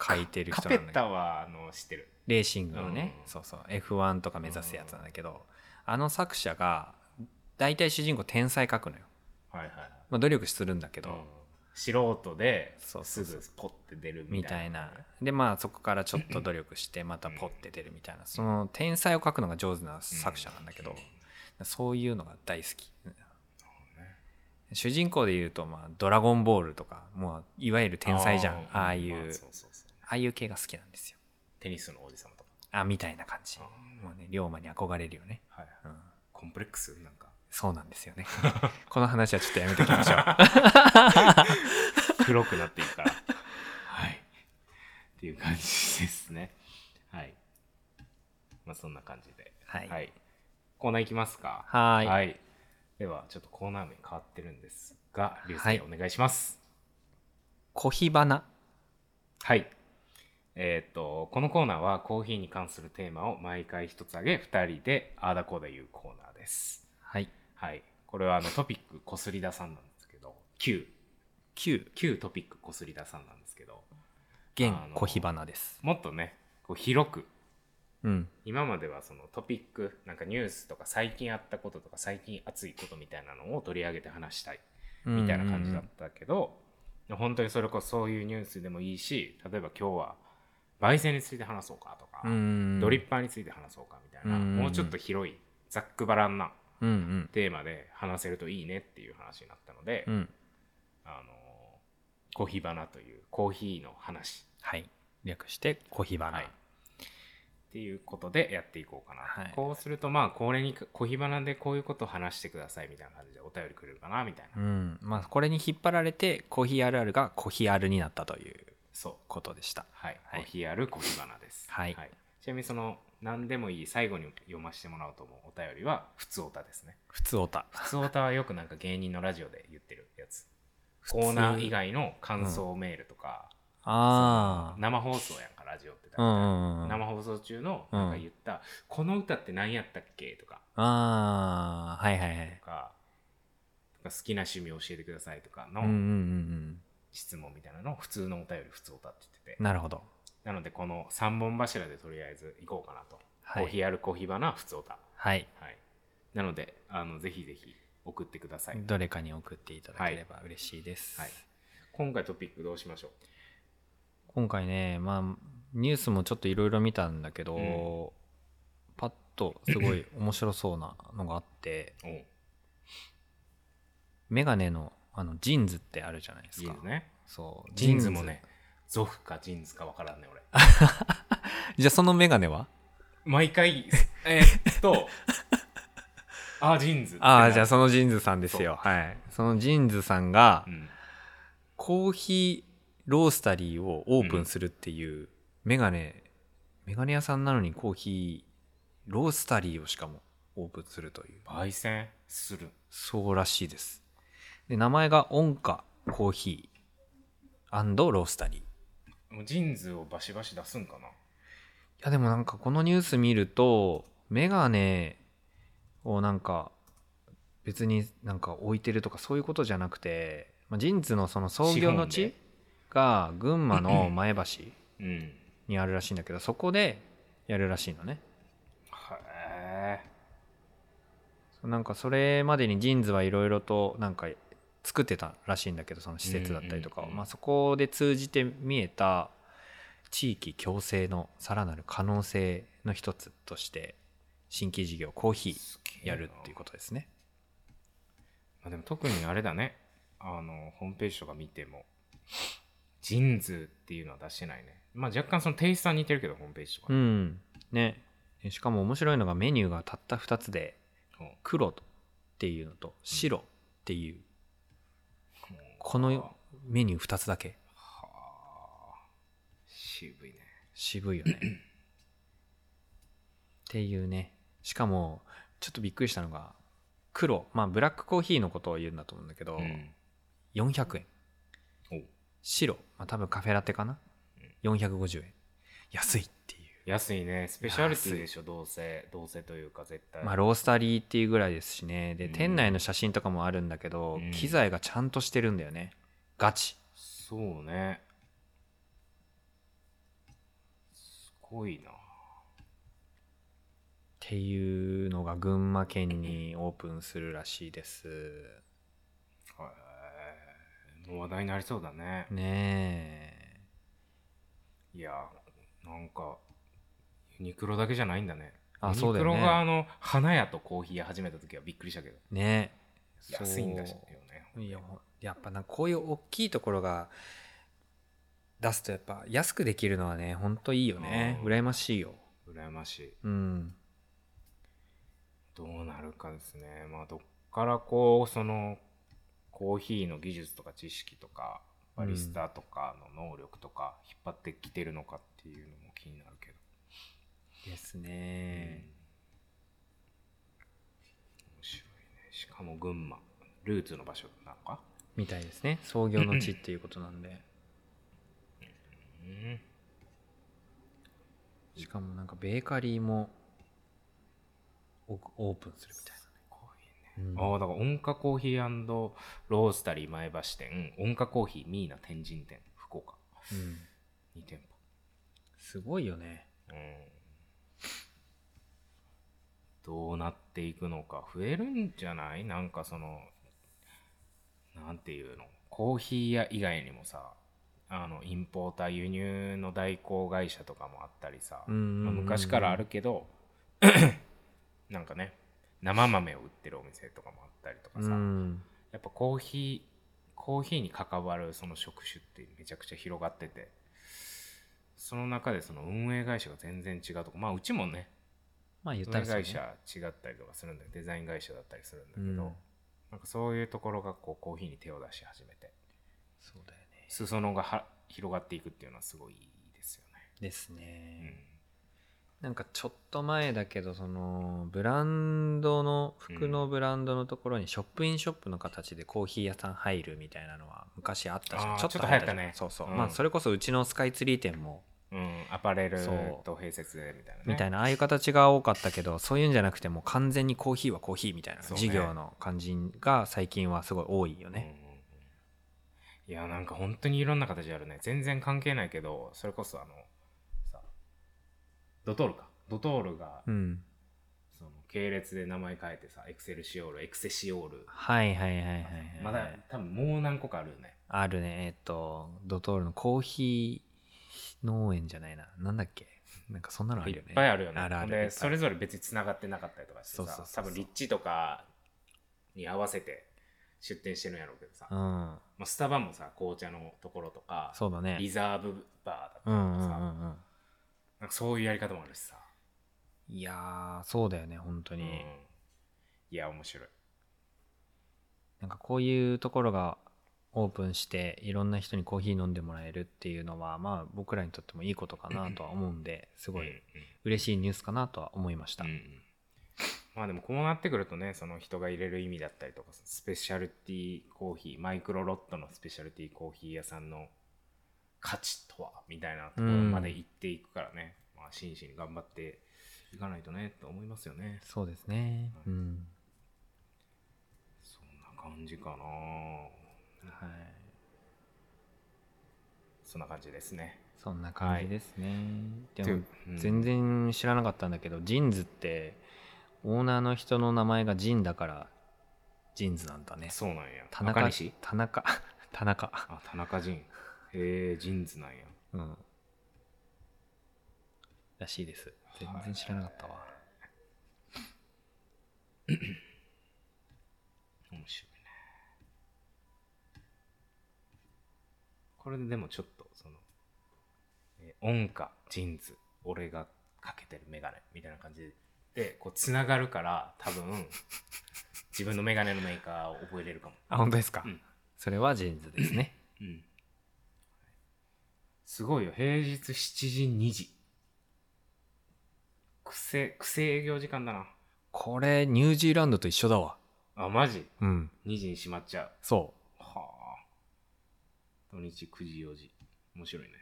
[SPEAKER 2] 書いてる
[SPEAKER 1] カ
[SPEAKER 2] 人
[SPEAKER 1] ペ
[SPEAKER 2] なん
[SPEAKER 1] ッ
[SPEAKER 2] だけど
[SPEAKER 1] タはあの知ってる
[SPEAKER 2] レーシングのね、
[SPEAKER 1] うん
[SPEAKER 2] そうそう F1 とか目指すやつなんだけど、あの作者が大体主人公天才書くのよ、
[SPEAKER 1] はいはいはい
[SPEAKER 2] まあ、努力するんだけど、
[SPEAKER 1] うん素人で
[SPEAKER 2] そう
[SPEAKER 1] す
[SPEAKER 2] そう
[SPEAKER 1] ぐ
[SPEAKER 2] そう
[SPEAKER 1] ポッて出るみ
[SPEAKER 2] み
[SPEAKER 1] た
[SPEAKER 2] た
[SPEAKER 1] い
[SPEAKER 2] い
[SPEAKER 1] な
[SPEAKER 2] なでまあそこからちょっと努力 してまたポッて出るみたいなその天才を書くのが上手な作者なんだけど、そういうのが大好き、主人公で言うと、まあ「ドラゴンボール」とかもういわゆる天才じゃんああいう、
[SPEAKER 1] まあ
[SPEAKER 2] あ
[SPEAKER 1] そうそうそう
[SPEAKER 2] あいう系が好きなんですよ
[SPEAKER 1] テニスの王子様とか
[SPEAKER 2] あみたいな感じ
[SPEAKER 1] あ
[SPEAKER 2] もうね龍馬に憧れるよね、
[SPEAKER 1] はいはい
[SPEAKER 2] うん、
[SPEAKER 1] コンプレックスなんか
[SPEAKER 2] そうなんですよね この話はちょっとやめておき ましょう
[SPEAKER 1] 黒くなっていく からはいっていう感じですねはいまあそんな感じで
[SPEAKER 2] はい
[SPEAKER 1] コーナーいきますか
[SPEAKER 2] はーい
[SPEAKER 1] ではちょっとコーナー名変わってるんですが流
[SPEAKER 2] は
[SPEAKER 1] 星
[SPEAKER 2] い
[SPEAKER 1] お願いします
[SPEAKER 2] コヒバナ
[SPEAKER 1] はい。えーっと、このコーナーはコーヒーに関するテーマを毎回一つ挙げ、二人であーだこうだ言うコーナーです。
[SPEAKER 2] はい
[SPEAKER 1] はい。これはあのトピックこすりださんなんですけど、旧、
[SPEAKER 2] 旧
[SPEAKER 1] 旧トピックこすりださんなんですけど、
[SPEAKER 2] 現
[SPEAKER 1] あの
[SPEAKER 2] コヒバナです
[SPEAKER 1] もっとね、こう広く、
[SPEAKER 2] うん
[SPEAKER 1] 今まではそのトピック、なんかニュースとか最近あったこととか最近熱いことみたいなのを取り上げて話したいみたいな感じだったけど、本当にそれこそそういうニュースでもいいし、例えば今日は焙煎について話そうかとか、
[SPEAKER 2] うんうんうん
[SPEAKER 1] ドリッパーについて話そうかみたいな、
[SPEAKER 2] うん
[SPEAKER 1] もうちょっと広いざっくばらんな
[SPEAKER 2] うんうん
[SPEAKER 1] テーマで話せるといいねっていう話になったので、
[SPEAKER 2] うん、
[SPEAKER 1] あのコーヒーバナというコーヒーの話、
[SPEAKER 2] はい略してコヒバナ、
[SPEAKER 1] はいっていうことでやっていこうかな、
[SPEAKER 2] はい
[SPEAKER 1] こうするとまあこれにコーヒーバナでこういうことを話してくださいみたいな感じでお便りくれるかなみたいな、
[SPEAKER 2] うんまあこれに引っ張られてコヒあるあるがコヒあるになったという
[SPEAKER 1] そう
[SPEAKER 2] ことでした
[SPEAKER 1] はい、
[SPEAKER 2] はい
[SPEAKER 1] コーヒーあるコーヒーバナです、
[SPEAKER 2] はい
[SPEAKER 1] ちなみにその何でもいい最後に読ませてもらおうと思うお便りは普通オタですね
[SPEAKER 2] 普通オタ
[SPEAKER 1] 普通オタはよくなんか芸人のラジオで言ってるや つコーナー以外の感想メールとか、
[SPEAKER 2] ああ
[SPEAKER 1] 生放送やんかラジオってだか
[SPEAKER 2] う
[SPEAKER 1] ら
[SPEAKER 2] んうんうん
[SPEAKER 1] 生放送中のなんか言った、この歌って何やったっけ?」とか
[SPEAKER 2] ああはいはいは
[SPEAKER 1] と
[SPEAKER 2] い
[SPEAKER 1] かとか好きな趣味を教えてください」とか
[SPEAKER 2] うんうんうん
[SPEAKER 1] の
[SPEAKER 2] うん
[SPEAKER 1] 質問みたいなのを普通のお便り普通歌って言ってて
[SPEAKER 2] なるほど
[SPEAKER 1] なのでこの3本柱でとりあえず行こうかなと、
[SPEAKER 2] はい
[SPEAKER 1] コーヒーあるコーヒーバナ普通歌
[SPEAKER 2] はい
[SPEAKER 1] はいなのであのぜひぜひ送ってください、
[SPEAKER 2] どれかに送っていただければ嬉しいです、
[SPEAKER 1] はい今回トピックどうしましょう
[SPEAKER 2] 今回ねまあニュースもちょっといろいろ見たんだけど、
[SPEAKER 1] う
[SPEAKER 2] パッとす ごい面白そうなのがあって
[SPEAKER 1] おう
[SPEAKER 2] メガネのあのジーンズってあるじゃないです
[SPEAKER 1] いい
[SPEAKER 2] か
[SPEAKER 1] よね
[SPEAKER 2] そう
[SPEAKER 1] ジーンズもね、ゾフかジーンズかわからんね、 俺。
[SPEAKER 2] じゃあそのメガネは
[SPEAKER 1] 毎回、えーっ と、あー、ジーンズ。
[SPEAKER 2] ああじゃあ
[SPEAKER 1] そ
[SPEAKER 2] そのジーンズさんですよはいそのジーンズさんが
[SPEAKER 1] うん。
[SPEAKER 2] コーヒーロースタリーをオープンするっていうメガネメガネ屋さんなのにコーヒーロースタリーをしかもオープンするという
[SPEAKER 1] 焙煎する。
[SPEAKER 2] そうらしいですで名前が音花コーヒーロースタリーい
[SPEAKER 1] もうジーンズをバシバシ出すんかな。
[SPEAKER 2] やでもなんかこのニュース見るとメガネをなんか別になんか置いてるとかそういうことじゃなくて、まあ、ジーンズのその創業
[SPEAKER 1] 資
[SPEAKER 2] の
[SPEAKER 1] 本
[SPEAKER 2] 地
[SPEAKER 1] で
[SPEAKER 2] が群馬の 前橋
[SPEAKER 1] うん。
[SPEAKER 2] にあるらしいんだけどそこでやるらしいのね
[SPEAKER 1] へえ。
[SPEAKER 2] なんかそれまでにジーンズはいろいろとなんか作ってたらしいんだけどその施設だったりとかを、
[SPEAKER 1] うんうんうん
[SPEAKER 2] まあ、そこで通じて見えた地域共生のさらなる可能性の一つとして新規事業コーヒ
[SPEAKER 1] すげえ
[SPEAKER 2] ーやるっていうことですね
[SPEAKER 1] まあでも特にあれだね。あの、ホームページとか見ても、ジーンズっていうのは出してないね。まあ若干そのテイストは似てるけど、ホームページとか
[SPEAKER 2] う。んねしかも面白いのがメニューがたった2つで
[SPEAKER 1] うん
[SPEAKER 2] 黒っていうのと白っていう
[SPEAKER 1] うん
[SPEAKER 2] このメニュー2つだけ
[SPEAKER 1] はあ。渋いね。
[SPEAKER 2] 渋いよねっていうねしかもちょっとびっくりしたのが黒まあブラックコーヒーのことを言うんだと思うんだけど、
[SPEAKER 1] うん。
[SPEAKER 2] 400円
[SPEAKER 1] おう
[SPEAKER 2] 白、まあ、多分カフェラテかな、450円安いっていう
[SPEAKER 1] 安いねスペシャルティでしょどうせどうせというか絶対、
[SPEAKER 2] まあロースタリーっていうぐらいですしねで
[SPEAKER 1] うん
[SPEAKER 2] 店内の写真とかもあるんだけど、
[SPEAKER 1] うん
[SPEAKER 2] 機材がちゃんとしてるんだよねガチ
[SPEAKER 1] そうねごいな。
[SPEAKER 2] ていうのが群馬県にオープンするらしいです
[SPEAKER 1] へー話題になりそうだね。
[SPEAKER 2] ねえ
[SPEAKER 1] いやー、なんか、ユニクロだけじゃないんだね。
[SPEAKER 2] あそうだよ
[SPEAKER 1] ユ
[SPEAKER 2] ね
[SPEAKER 1] ニクロがあの、花屋とコーヒー屋始めた時はびっくりしたけど、
[SPEAKER 2] ねえ
[SPEAKER 1] 安いんだし
[SPEAKER 2] そ
[SPEAKER 1] よ
[SPEAKER 2] う
[SPEAKER 1] ね。
[SPEAKER 2] いやほんやっぱなんかこういう大きいところが出すとやっぱ安くできるのはねほんといいよね
[SPEAKER 1] うん
[SPEAKER 2] 羨ましいよ
[SPEAKER 1] 羨ましい。
[SPEAKER 2] うん
[SPEAKER 1] どうなるかですね。まあ、どっからこう、その、コーヒーの技術とか知識とか、バリスタとかの能力とか、引っ張ってきてるのかっていうのも気になるけど。
[SPEAKER 2] です
[SPEAKER 1] うん
[SPEAKER 2] ね、
[SPEAKER 1] 面白いね。しかも群馬、ルーツの場所なのか
[SPEAKER 2] みたいですね創業の地っていうことなんで
[SPEAKER 1] うん。
[SPEAKER 2] しかもなんかベーカリーもオオープンするみたいな
[SPEAKER 1] コーヒーね。
[SPEAKER 2] うん
[SPEAKER 1] ああ、だから、音歌コーヒーロースタリー前橋店、音歌コーヒーミーナ天神店、福岡。
[SPEAKER 2] うん
[SPEAKER 1] 2店舗。
[SPEAKER 2] すごいよね
[SPEAKER 1] うん。どうなっていくのか、増えるんじゃないなんかその、なんていうの、コーヒー屋以外にもさ、あの、インポーター輸入の代行会社とかもあったりさ、
[SPEAKER 2] うんうんうん
[SPEAKER 1] まあ昔からあるけど、なんかね、生豆を売ってるお店とかもあったりとか
[SPEAKER 2] う
[SPEAKER 1] さ、
[SPEAKER 2] ん
[SPEAKER 1] やっぱコーヒーコーヒーに関わるその職種ってめちゃくちゃ広がっててその中でその運営会社が全然違うとこまあうちもね
[SPEAKER 2] まあ言っ
[SPEAKER 1] 運
[SPEAKER 2] た
[SPEAKER 1] 営
[SPEAKER 2] らそうね
[SPEAKER 1] 会社違ったりとかするんだけどデザイン会社だったりするんだけど、
[SPEAKER 2] うん
[SPEAKER 1] なんかそういうところがこうコーヒーに手を出し始めて
[SPEAKER 2] そうだよね
[SPEAKER 1] 裾野がは広がっていくっていうのはすごいですよ
[SPEAKER 2] です
[SPEAKER 1] ね。
[SPEAKER 2] ね、なんかちょっと前だけどそのブランドの服のブランドのところにショップインショップの形でコーヒー屋さん入るみたいなのは昔あったじゃ
[SPEAKER 1] あ
[SPEAKER 2] ん
[SPEAKER 1] ー
[SPEAKER 2] 流
[SPEAKER 1] ちょっと流行ったね
[SPEAKER 2] そうそう、
[SPEAKER 1] うん
[SPEAKER 2] まあそれこそうちのスカイツリー店も
[SPEAKER 1] うん、うんアパレル
[SPEAKER 2] そう
[SPEAKER 1] と併設でみたいなね。
[SPEAKER 2] みたいなああいう形が多かったけどそういうんじゃなくてもう完全にコーヒーはコーヒーみたいな
[SPEAKER 1] そうね
[SPEAKER 2] 事業の感じが最近はすごい多いよ
[SPEAKER 1] うん
[SPEAKER 2] ね。
[SPEAKER 1] うんうんいやなんか本当にいろんな形あるね全然関係ないけどそれこそあのさドトールかドトールが、
[SPEAKER 2] うん、
[SPEAKER 1] その系列で名前変えてさエクセルシオールエクセシオール
[SPEAKER 2] はいはいはいはいはい、
[SPEAKER 1] まだ多分もう何個かあるよね
[SPEAKER 2] あるね、えっと、ドトールのコーヒー農園じゃないな。なんだっけなんかそんなのある
[SPEAKER 1] い
[SPEAKER 2] よ
[SPEAKER 1] っ
[SPEAKER 2] ね。
[SPEAKER 1] ぱいあるよね
[SPEAKER 2] あるあるいっぱいあ
[SPEAKER 1] で
[SPEAKER 2] る
[SPEAKER 1] それぞれ別につながってなかったりとかして
[SPEAKER 2] そうそうそ
[SPEAKER 1] さ
[SPEAKER 2] う
[SPEAKER 1] 多
[SPEAKER 2] そう
[SPEAKER 1] 分立地とかに合わせて出店してるんやろうけどさ、
[SPEAKER 2] う
[SPEAKER 1] ま
[SPEAKER 2] ん。
[SPEAKER 1] あ、スタバもさ紅茶のところとか
[SPEAKER 2] そうだ
[SPEAKER 1] リ
[SPEAKER 2] ね。
[SPEAKER 1] ザーブバーだったりとかさ、
[SPEAKER 2] うんうんうんうん。
[SPEAKER 1] なんかそういうやり方もあるしさ
[SPEAKER 2] いやー、そうだよね、本当に。
[SPEAKER 1] うんいや面白い
[SPEAKER 2] なんかこういうところがオープンして、いろんな人にコーヒー飲んでもらえるっていうのは、まあ僕らにとってもいいことかなとは思うんで、す
[SPEAKER 1] す
[SPEAKER 2] ごい嬉しいニュースかなとは思いました。
[SPEAKER 1] まあでもこうなってくるとねその人が入れる意味だったりとかスペシャルティーコーヒーマイクロロットのスペシャルティーコーヒー屋さんの価値とはみたいなところまで行っていくからね、まあ、真摯に頑張っていかないとねと思いますよね
[SPEAKER 2] そうですね。うん。
[SPEAKER 1] そんな感じかな
[SPEAKER 2] はい。
[SPEAKER 1] そんな感じですね
[SPEAKER 2] そんな感じですね。でも
[SPEAKER 1] て、うん
[SPEAKER 2] 全然知らなかったんだけどジンズってオーナーの人の名前がジンだからジンズなんだね
[SPEAKER 1] そうなんや
[SPEAKER 2] 田
[SPEAKER 1] 赤
[SPEAKER 2] 中
[SPEAKER 1] 西
[SPEAKER 2] 田中 田中
[SPEAKER 1] あ田中仁へえジンズなんや
[SPEAKER 2] うんらしいです全然知らなかったわ、
[SPEAKER 1] 面白いねこれででもちょっとその、えー音歌ジーンズ俺がかけてるメガネみたいな感じでこうつながるから多 分自分のメガネのメーカーを覚えれるかも、
[SPEAKER 2] あ本当ですか、
[SPEAKER 1] うん
[SPEAKER 2] それはジンズですね
[SPEAKER 1] うん、すごいよ平日7時2時癖癖営業時間だな
[SPEAKER 2] これニュージーランドと一緒だわ
[SPEAKER 1] あマジ
[SPEAKER 2] うん
[SPEAKER 1] 2時に閉まっちゃう
[SPEAKER 2] そ
[SPEAKER 1] はあ。土日9時4時。面白いね。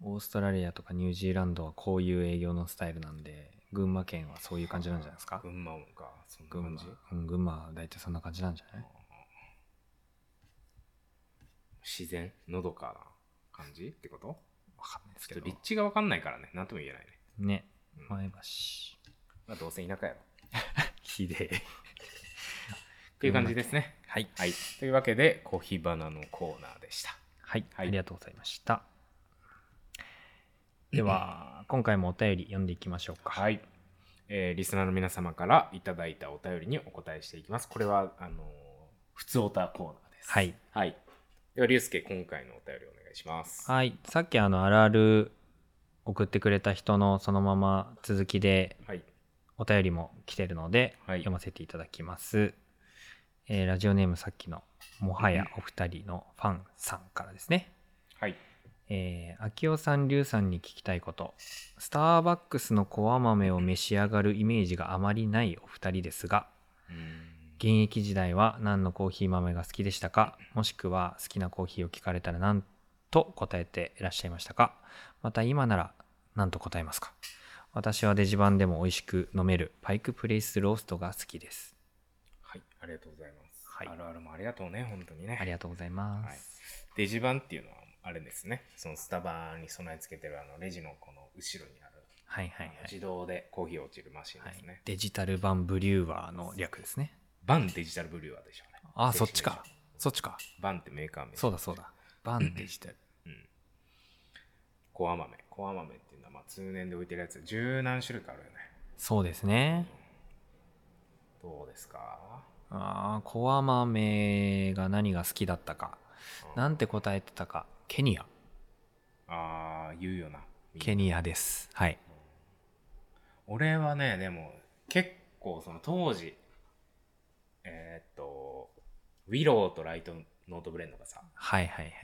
[SPEAKER 2] うオーストラリアとかニュージーランドはこういう営業のスタイルなんで群馬県はそういう感じなんじゃないですか
[SPEAKER 1] 群馬か。そんな
[SPEAKER 2] 群
[SPEAKER 1] 感
[SPEAKER 2] 馬
[SPEAKER 1] じ。
[SPEAKER 2] うん群馬は大体そんな感じなんじゃない
[SPEAKER 1] 自然のどかな感じってこと
[SPEAKER 2] わかんないです
[SPEAKER 1] ち
[SPEAKER 2] け
[SPEAKER 1] ょっ
[SPEAKER 2] ど
[SPEAKER 1] と立地が分かんないからね、なんとも言えないね。
[SPEAKER 2] ね
[SPEAKER 1] うん
[SPEAKER 2] 前橋
[SPEAKER 1] まあ、どうせ田 舎やろ。っ
[SPEAKER 2] ひでえって
[SPEAKER 1] いう感じですね。
[SPEAKER 2] はい、
[SPEAKER 1] はい。というわけで、コーヒーバナのコーナーでした。
[SPEAKER 2] はい、
[SPEAKER 1] はい
[SPEAKER 2] ありがとうございました。では、今回もお便り読んでいきましょうか。。
[SPEAKER 1] はいい。えーリスナーの皆様からいただいたお便りにお答えしていきます。これは、あのー普通オタコーナーです。
[SPEAKER 2] はい。
[SPEAKER 1] はい。では、りゅうすけ、今回のお便りお願いします。
[SPEAKER 2] はい、さっきあの、あるある送ってくれた人のそのまま続きで
[SPEAKER 1] はい。
[SPEAKER 2] お便りも来てるので、
[SPEAKER 1] はい
[SPEAKER 2] 読ませていただきます。えーラジオネームさっきの、もはやお二人のファンさんからですね。
[SPEAKER 1] はい。
[SPEAKER 2] えー、秋夫さん、龍さんに聞きたいこと。スターバックスのコア豆を召し上がるイメージがあまりないお二人ですが、現役時代は何のコーヒー豆が好きでしたかもしくは好きなコーヒーを聞かれたら何と答えていらっしゃいましたかまた今なら何と答えますか私はデジ版でも美味しく飲めるパイクプレイスローストが好きです。
[SPEAKER 1] はい。ありがとうございます。
[SPEAKER 2] はい
[SPEAKER 1] あるあるもありがとうね、本当に
[SPEAKER 2] あり
[SPEAKER 1] ね。
[SPEAKER 2] がとうございます。
[SPEAKER 1] はいデジ版っていうのは、あれですね。そのスタバに備え付けてるあのレジのこの後ろにある、
[SPEAKER 2] はい、はい、
[SPEAKER 1] あの自動でコーヒー落ちるマシン
[SPEAKER 2] は
[SPEAKER 1] です
[SPEAKER 2] い、
[SPEAKER 1] ね。
[SPEAKER 2] デジタル版ブリュワーの略ですね。
[SPEAKER 1] バンデジタルブリュワーでしょうね。
[SPEAKER 2] ああ、
[SPEAKER 1] 正
[SPEAKER 2] そっ
[SPEAKER 1] 式
[SPEAKER 2] ちか
[SPEAKER 1] 名称。
[SPEAKER 2] そっちか。
[SPEAKER 1] バンってメーカー名。
[SPEAKER 2] そうだそうだ。バンデジタル。
[SPEAKER 1] うん。コア豆。コア豆っていうのは、まあ、通年で置いてるやつ、十何種類かあるよね。
[SPEAKER 2] そうですね。
[SPEAKER 1] どうですか
[SPEAKER 2] ああ、コア豆が何が好きだったか。なんて答えてたか。ケニア。
[SPEAKER 1] ああ、言うよな。みんな
[SPEAKER 2] ケニアです。はい。
[SPEAKER 1] 俺はね、でも、結構、その当時、えーっと、ウィローとライトノートブレンドがさ、
[SPEAKER 2] はいはいはいはいは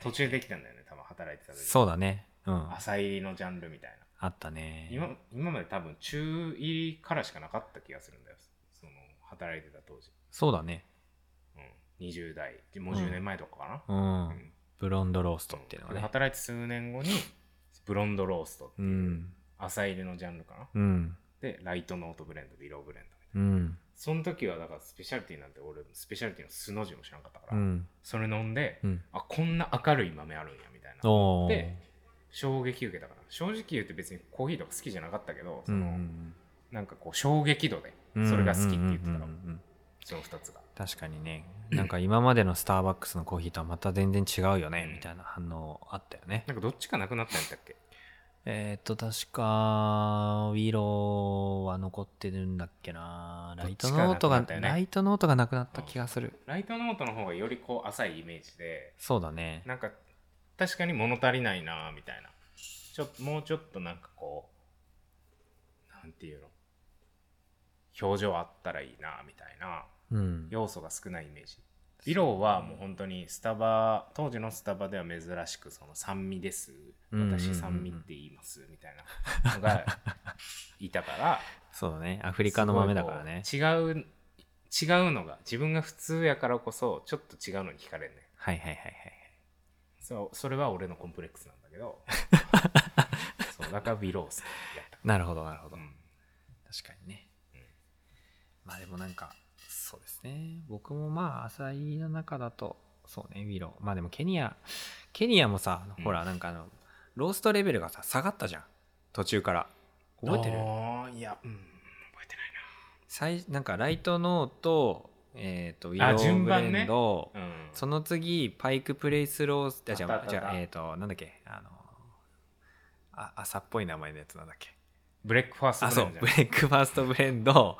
[SPEAKER 2] い。
[SPEAKER 1] 途中できたんだよね、多分働いてた時。
[SPEAKER 2] そうだね。うん。あ
[SPEAKER 1] 朝入りのジャンルみたいな。
[SPEAKER 2] ったね。
[SPEAKER 1] 今今まで多分中入りからしかなかった気がするんだよ。その、働いてた当時。
[SPEAKER 2] そうだね。
[SPEAKER 1] うん、20代もう10年前とかかな、
[SPEAKER 2] うん。
[SPEAKER 1] うん
[SPEAKER 2] ブロンドローストっていうのがね。
[SPEAKER 1] 働いて数年後にブロンドローストって
[SPEAKER 2] う。
[SPEAKER 1] いうん浅入りのジャンルかな
[SPEAKER 2] うん。
[SPEAKER 1] でライトノートブレンドビローブレンドみたいな
[SPEAKER 2] うん。
[SPEAKER 1] その時はだからスペシャルティなんて俺スペシャルティの素の字も知らんかったから、
[SPEAKER 2] うん。
[SPEAKER 1] それ飲んで、
[SPEAKER 2] うん。
[SPEAKER 1] あこんな明るい豆あるんやみたいな
[SPEAKER 2] おー
[SPEAKER 1] で衝撃受けたから正直言って別にコーヒーとか好きじゃなかったけど、
[SPEAKER 2] う
[SPEAKER 1] そ
[SPEAKER 2] ん
[SPEAKER 1] のなんかこう衝撃度でそれが好きって言ってたら、
[SPEAKER 2] うんうんうんうん
[SPEAKER 1] その2つが
[SPEAKER 2] 確かにね。なんか今までのスターバックスのコーヒーとはまた全然違うよね、みたいな反応あったよね。
[SPEAKER 1] なんかどっちかなくなったんやったっけ
[SPEAKER 2] えーっと、確か、ウィローは残ってるんだっけな。ライトノー
[SPEAKER 1] ど
[SPEAKER 2] ト
[SPEAKER 1] っちかなくな
[SPEAKER 2] が
[SPEAKER 1] った、よね
[SPEAKER 2] ライトノートがなくなった気がする。
[SPEAKER 1] ライトノートの方がよりこう浅いイメージで
[SPEAKER 2] そうだね。
[SPEAKER 1] なんか確かに物足りないなみたいなちょもうちょっとなんかこうなんていうの表情あったらいいなみたいな
[SPEAKER 2] うん。
[SPEAKER 1] 要素が少ないイメージビローはもう本当にスタバ当時のスタバでは珍しくその酸味です
[SPEAKER 2] うんうんうんうん
[SPEAKER 1] 私酸味って言いますみたいなの がいたから
[SPEAKER 2] そうだね。アフ
[SPEAKER 1] ア
[SPEAKER 2] リカの豆だからね。
[SPEAKER 1] 違う違うのが自分が普通やからこそちょっと違うのに惹かれんね
[SPEAKER 2] はいはいはいはい。
[SPEAKER 1] そうそれは俺のコンプレックスなんだけ どそうだからビロースやった、
[SPEAKER 2] なるほどなるほど。
[SPEAKER 1] うん
[SPEAKER 2] 確かにね
[SPEAKER 1] うん。
[SPEAKER 2] まあでもなんか、そうですね。僕もまあ、浅いの中だと、そうね、ウィロー。まあでもケニア、ケニアもさ、
[SPEAKER 1] うん
[SPEAKER 2] ほら、なんかあの、ローストレベルがさ、下がったじゃん。途中から。覚えてる
[SPEAKER 1] あーいや、うん、覚えて
[SPEAKER 2] 最なんかライトノート、えっ、と、ウィ
[SPEAKER 1] あ
[SPEAKER 2] ロー
[SPEAKER 1] 順
[SPEAKER 2] ブ
[SPEAKER 1] 番ね
[SPEAKER 2] レンド、
[SPEAKER 1] ないな、うん、
[SPEAKER 2] その次、パイクプレイスロース、あ、じ
[SPEAKER 1] あった
[SPEAKER 2] ゃ
[SPEAKER 1] あっ
[SPEAKER 2] あ、
[SPEAKER 1] た
[SPEAKER 2] じゃあえっ、と、なんだっけ、あの、あ朝っぽい名前のやつなんだっけ。
[SPEAKER 1] ブレックファースト
[SPEAKER 2] あ、
[SPEAKER 1] ブ
[SPEAKER 2] そ
[SPEAKER 1] レン
[SPEAKER 2] う
[SPEAKER 1] ド、
[SPEAKER 2] ブレ
[SPEAKER 1] じ
[SPEAKER 2] ックファーストブレンド、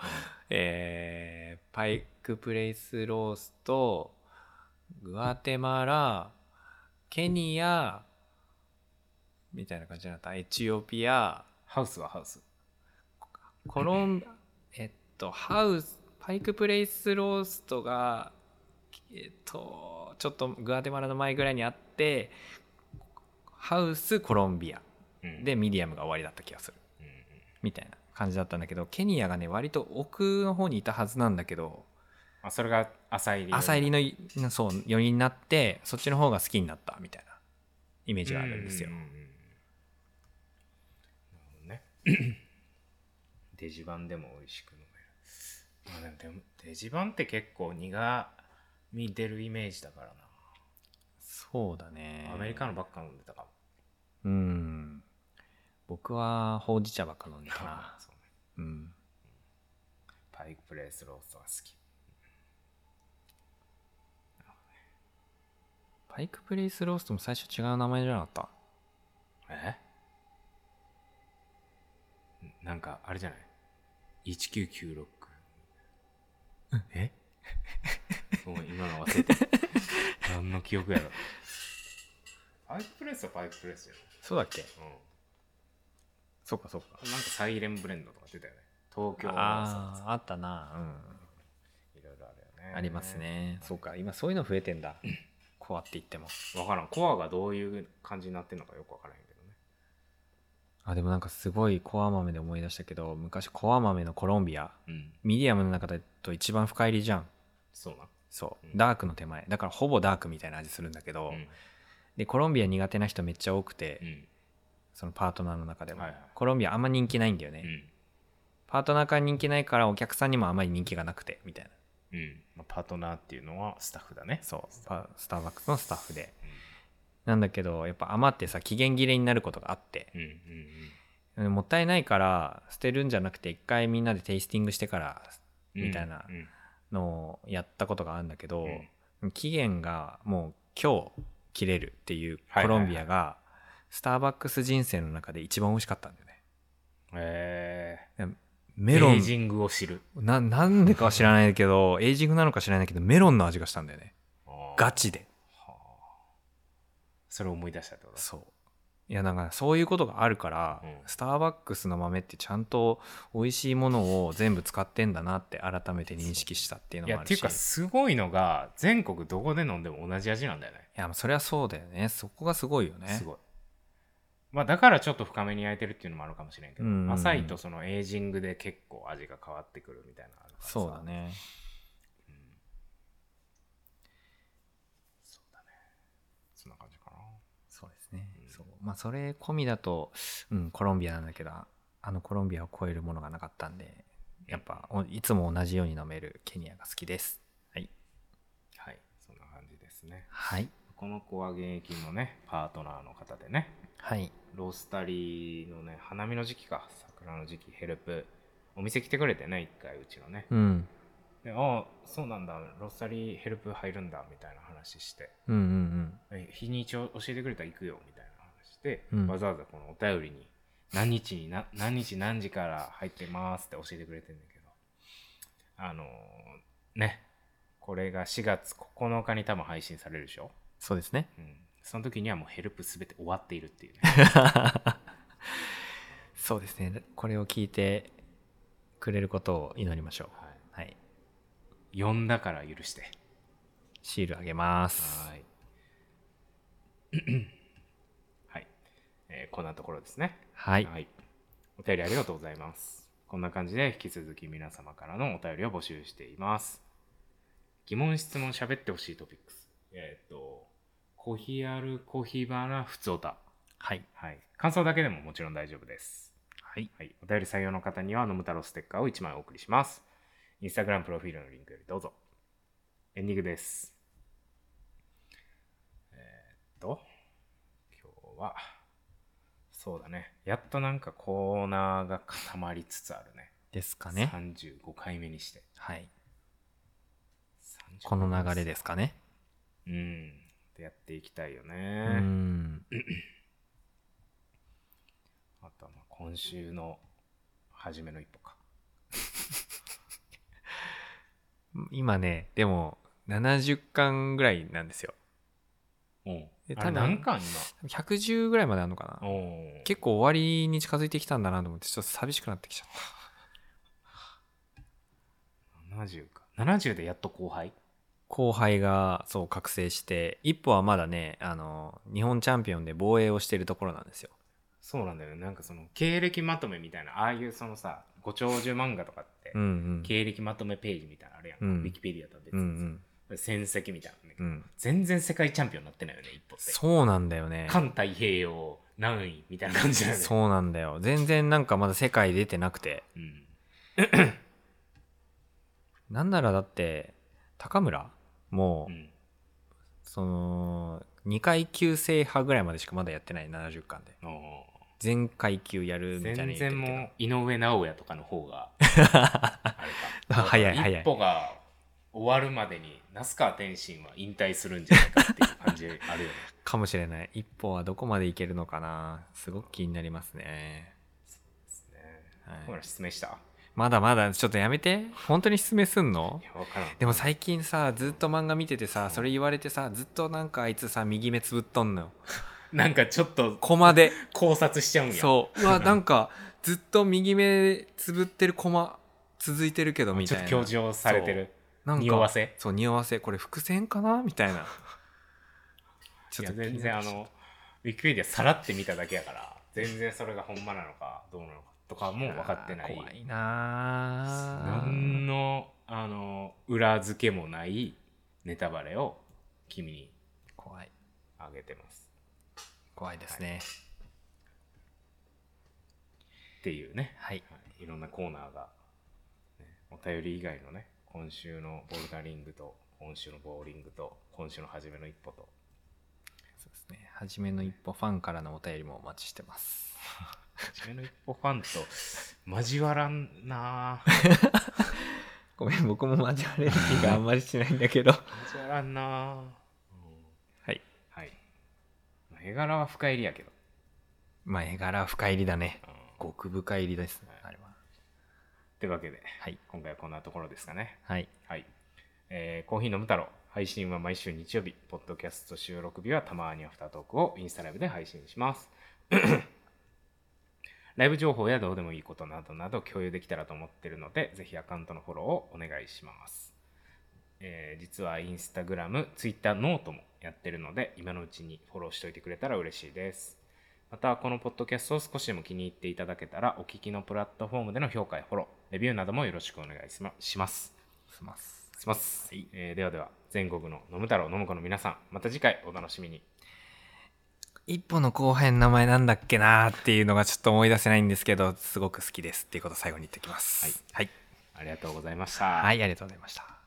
[SPEAKER 2] えーパイクプレイスロースト、グアテマラ、ケニア、みたいな感じになった。エチオピア、
[SPEAKER 1] ゃんハウスはハウス
[SPEAKER 2] コロン、えっと、ハウス、パイクプレイスローストが、えっと、ちょっとグアテマラの前ぐらいにあって、ハウス、コロンビアで、ミディアムが終わりだった気がする。
[SPEAKER 1] うんうん
[SPEAKER 2] みたいな感じだったんだけど、ケニアがね、割と奥の方にいたはずなんだけど、
[SPEAKER 1] あそれが浅入り
[SPEAKER 2] 朝入りの、そう、余韻になって、そっちの方が好きになった、みたいなイメージがあるんですよ
[SPEAKER 1] う。んうんうんなるほどね デジ版でも美味しく飲める、まあ、でもでもデジ版って結構苦み出るイメージだからな、
[SPEAKER 2] そうだね。
[SPEAKER 1] アメリカのばっか飲んでたかも
[SPEAKER 2] うん。僕はほうじ茶ばっか飲んでた な。
[SPEAKER 1] そうね
[SPEAKER 2] うん。
[SPEAKER 1] パイプレースロースは好き。
[SPEAKER 2] パイクプレイスローストも最初違う名前じゃなかった
[SPEAKER 1] えなんか、あれじゃない ?1996。えごめん、今の忘れ てた。何の記憶やろ。パイププレスはパイププレスよ。
[SPEAKER 2] そうだっけ
[SPEAKER 1] うん。
[SPEAKER 2] そうかそうか。
[SPEAKER 1] なんかサイレンブレンドとか出たよね。東京
[SPEAKER 2] あ
[SPEAKER 1] さ
[SPEAKER 2] あ、あったな。
[SPEAKER 1] いろいろあるよ
[SPEAKER 2] う
[SPEAKER 1] ね。
[SPEAKER 2] ん。あります。ね。そうか、今そういうの増えてんだ。こうやって言っても。
[SPEAKER 1] わからん。コアがどういう感じになってんのかよくわからへんけどね。
[SPEAKER 2] あ、でもなんかすごいコア豆で思い出したけど、昔コア豆のコロンビア、
[SPEAKER 1] うん。
[SPEAKER 2] ミディアムの中だと一番深入りじゃん。
[SPEAKER 1] そうな。
[SPEAKER 2] そう、
[SPEAKER 1] うん
[SPEAKER 2] ダークの手前。だからほぼダークみたいな味するんだけど、
[SPEAKER 1] うん。
[SPEAKER 2] で、コロンビア苦手な人めっちゃ多くて、
[SPEAKER 1] うん。
[SPEAKER 2] そのパートナーの中でも、
[SPEAKER 1] はいはい
[SPEAKER 2] コロンビアあんま人気ないんだよね。
[SPEAKER 1] うん。
[SPEAKER 2] パートナーから人気ないからお客さんにもあまり人気がなくて、みたいな。
[SPEAKER 1] うんまあパートナーっていうのはスタッフだね。
[SPEAKER 2] そうパスターバックスのスタッフでなんだけどやっぱ余ってさ期限切れになることがあって
[SPEAKER 1] うん。うん。うん。
[SPEAKER 2] うんもったいないから捨てるんじゃなくて一回みんなでテイスティングしてからみたいな
[SPEAKER 1] うんうん
[SPEAKER 2] のをやったことがあるんだけど、
[SPEAKER 1] うん
[SPEAKER 2] 期限がもう今日切れるっていうコ
[SPEAKER 1] はいはいはい
[SPEAKER 2] ロンビアがスターバックス人生の中で一番美味しかったんだよね
[SPEAKER 1] えー、
[SPEAKER 2] メロ
[SPEAKER 1] エイ
[SPEAKER 2] ン
[SPEAKER 1] ジングを知る。
[SPEAKER 2] ななんでかは知らないけどエイジングなのか知らないけどメロンの味がしたんだよねガ
[SPEAKER 1] ッ
[SPEAKER 2] チで
[SPEAKER 1] それを思い出したってこと
[SPEAKER 2] そういやなんかそういうことがあるから、
[SPEAKER 1] うん
[SPEAKER 2] スターバックスの豆ってちゃんと美味しいものを全部使ってんだなって改めて認識したっていうの
[SPEAKER 1] いや
[SPEAKER 2] も
[SPEAKER 1] っ
[SPEAKER 2] ある
[SPEAKER 1] て
[SPEAKER 2] し
[SPEAKER 1] いうかすごいのが全国どこで飲んでも同じ味なんだよね。
[SPEAKER 2] いやまあそれはそうだよねそこがすごいよね
[SPEAKER 1] すごい。まあだからちょっと深めに焼いてるっていうのもあるかもしれんけど、
[SPEAKER 2] うんうんうん
[SPEAKER 1] 浅いとそのエイジングで結構味が変わってくるみたいなのあるからさ
[SPEAKER 2] そうだ。ね
[SPEAKER 1] そんな感じかな。
[SPEAKER 2] そうですね、
[SPEAKER 1] うん
[SPEAKER 2] そうまあそれ込みだと、うん、コロンビアなんだけどあのコロンビアを超えるものがなかったんでやっぱおいつも同じように飲めるケニアが好きですはい
[SPEAKER 1] はい、そんな感じですね。
[SPEAKER 2] はい
[SPEAKER 1] この子は現役のね、パートナーの方でね、
[SPEAKER 2] はい
[SPEAKER 1] ロースタリーのね、花見の時期か、桜の時期、ヘルプ、お店来てくれてね、一回、うちのね。
[SPEAKER 2] うん
[SPEAKER 1] で、ああ、そうなんだ、ロースタリーヘルプ入るんだ、みたいな話して、
[SPEAKER 2] うんうん
[SPEAKER 1] え日にちを教えてくれたら行くよ、みたいな話して、
[SPEAKER 2] うん
[SPEAKER 1] わざわざこのお便りに、何日にな、何日何時から入ってますって教えてくれてんだけど、あのーね、これが4月9日に多分配信されるでしょ。
[SPEAKER 2] そうですね
[SPEAKER 1] うん、その時にはもうヘルプすべて終わっているっていうね。
[SPEAKER 2] そうですね。これを聞いてくれることを祈りましょう。
[SPEAKER 1] はい
[SPEAKER 2] はい。
[SPEAKER 1] 呼んだから許して。
[SPEAKER 2] シールあげます。
[SPEAKER 1] はい。 はい、えーこんなところですね。
[SPEAKER 2] はい。
[SPEAKER 1] お便りありがとうございます。こんな感じで引き続き皆様からのお便りを募集しています。疑問、質問、喋ってほしいトピックス。えーっと、コーヒーある、コーヒーバーな、ふつおた。
[SPEAKER 2] はい。
[SPEAKER 1] はい。感想だけでももちろん大丈夫です。
[SPEAKER 2] はい。
[SPEAKER 1] はい、お便り採用の方には、のむ太郎ステッカーを1枚お送りします。インスタグラムプロフィールのリンクよりどうぞ。エンディングです。えーっと、今日は、そうだね。やっとなんかコーナーが固まりつつあるね。
[SPEAKER 2] ですかね。
[SPEAKER 1] 35回目にして。
[SPEAKER 2] はい。
[SPEAKER 1] 35
[SPEAKER 2] この流れ。ですかね。
[SPEAKER 1] うん。でやっていきたいよ
[SPEAKER 2] う
[SPEAKER 1] ね。
[SPEAKER 2] ん。
[SPEAKER 1] あとはまあ今週の初めの一歩か。
[SPEAKER 2] 今ね、でも70巻ぐらいなんですよ。
[SPEAKER 1] うん。
[SPEAKER 2] え
[SPEAKER 1] あれ
[SPEAKER 2] 多分
[SPEAKER 1] 何巻
[SPEAKER 2] 110ぐらいまであるのか
[SPEAKER 1] 今。
[SPEAKER 2] な。
[SPEAKER 1] おー
[SPEAKER 2] 結構終わりに近づいてきたんだなと思って、ちょっと寂しくなってきちゃっ
[SPEAKER 1] 70か。70でやっと後輩
[SPEAKER 2] た。後輩がそう覚醒して、一歩はまだね、あの、日本チャンピオンで防衛をしてるところなんですよ。
[SPEAKER 1] そうなんだよね。なんかその経歴まとめみたいな、ああいうそのさ、ご長寿漫画とかって、
[SPEAKER 2] うんうん。
[SPEAKER 1] 経歴まとめページみたいなのあれやんか。
[SPEAKER 2] う
[SPEAKER 1] ウ
[SPEAKER 2] ん
[SPEAKER 1] ィキペディアとは別
[SPEAKER 2] う
[SPEAKER 1] に
[SPEAKER 2] んう
[SPEAKER 1] さ、
[SPEAKER 2] ん。
[SPEAKER 1] 戦績みたいなのね、
[SPEAKER 2] うん。
[SPEAKER 1] 全然世界チャンピオンになってないよね、一歩って。
[SPEAKER 2] そうなんだよね。
[SPEAKER 1] 環太平洋何位みたいな感じだよね。
[SPEAKER 2] そうなんだよ。全然なんかまだ世界出てなくて。
[SPEAKER 1] うん。
[SPEAKER 2] なんならだって、高村も
[SPEAKER 1] う、ん。
[SPEAKER 2] その、 2階級制覇ぐらいまでしかまだやってない70巻で
[SPEAKER 1] おー
[SPEAKER 2] 全階級やるみたいな
[SPEAKER 1] 全
[SPEAKER 2] 言ってる
[SPEAKER 1] 然
[SPEAKER 2] けど
[SPEAKER 1] もう井上尚弥とかの方があれか
[SPEAKER 2] 早い早い
[SPEAKER 1] 一歩が終わるまでに那須川天心は引退するんじゃないかっていう感じあるよね
[SPEAKER 2] かもしれない一本はどこまでいけるのかなすごく気になりますね、
[SPEAKER 1] ですね
[SPEAKER 2] はい
[SPEAKER 1] ほら失明した
[SPEAKER 2] まだまだちょっとやめて本当に勧めすんの
[SPEAKER 1] いや分からん
[SPEAKER 2] でも最近さずっと漫画見ててさそれ言われてさずっとなんかあいつさ右目つぶっとんのよ
[SPEAKER 1] なんかちょっと
[SPEAKER 2] コマで
[SPEAKER 1] 考察しちゃうんや
[SPEAKER 2] そううわなんかずっと右目つぶってるコマ続いてるけどみ
[SPEAKER 1] ち
[SPEAKER 2] た
[SPEAKER 1] ょ
[SPEAKER 2] い
[SPEAKER 1] っ
[SPEAKER 2] な
[SPEAKER 1] と強調されてる
[SPEAKER 2] なんか
[SPEAKER 1] 匂わせ
[SPEAKER 2] そう匂わせこれ伏線かなみたいなち
[SPEAKER 1] いや
[SPEAKER 2] 気
[SPEAKER 1] 全
[SPEAKER 2] に
[SPEAKER 1] 然
[SPEAKER 2] なっ
[SPEAKER 1] あ
[SPEAKER 2] てきた
[SPEAKER 1] のウィキペディアさらって見ただけやから全然それがほんまなのかどうなのかとかも分かってない
[SPEAKER 2] 怖いなあ
[SPEAKER 1] 何のあの裏付けもないネタバレを君に
[SPEAKER 2] 怖い
[SPEAKER 1] あげてます
[SPEAKER 2] 怖いですね
[SPEAKER 1] っていうね、
[SPEAKER 2] はい、
[SPEAKER 1] はい、いろんなコーナーが、ねお便り以外のね今週のボルダリングと今週のボーリングと今週の初めの一歩と
[SPEAKER 2] そうですね初めの一歩ファンからのお便りもお待ちしてます
[SPEAKER 1] 初めの一歩ファンと交わらんなあ
[SPEAKER 2] ごめん僕も交われる気があんまりしないんだけどは
[SPEAKER 1] 交わらんなあうん
[SPEAKER 2] い
[SPEAKER 1] はい。まあ絵柄は深入りやけど。
[SPEAKER 2] まあ絵柄は深入りだね
[SPEAKER 1] うん
[SPEAKER 2] 極深入りですねあれは
[SPEAKER 1] というわけで、
[SPEAKER 2] はい
[SPEAKER 1] 今回はこんなところですかね。
[SPEAKER 2] はい
[SPEAKER 1] はい。えーコーヒー飲む太郎、配信は毎週日曜日、ポッドキャスト収録日はたまにアフタートークをインスタライブで配信します。 ライブ情報やどうでもいいことなどなど共有できたらと思っているので、ぜひアカウントのフォローをお願いします。えー実はインスタグラム、ツイッター、ノートもやってるので、今のうちにフォローしておいてくれたら嬉しいです。また、このポッドキャストを少しでも気に入っていただけたら、お聞きのプラットフォームでの評価やフォロー、レビューなどもよろしくお願いしまします。
[SPEAKER 2] すます
[SPEAKER 1] します、えーではでは全国の飲む太郎飲む子の皆さんまた次回お楽しみに
[SPEAKER 2] 一歩の後輩の名前なんだっけなーっていうのがちょっと思い出せないんですけどすごく好きですっていうことを最後に言ってきますはい、
[SPEAKER 1] ありがとうございました、
[SPEAKER 2] はい、ありがとうございました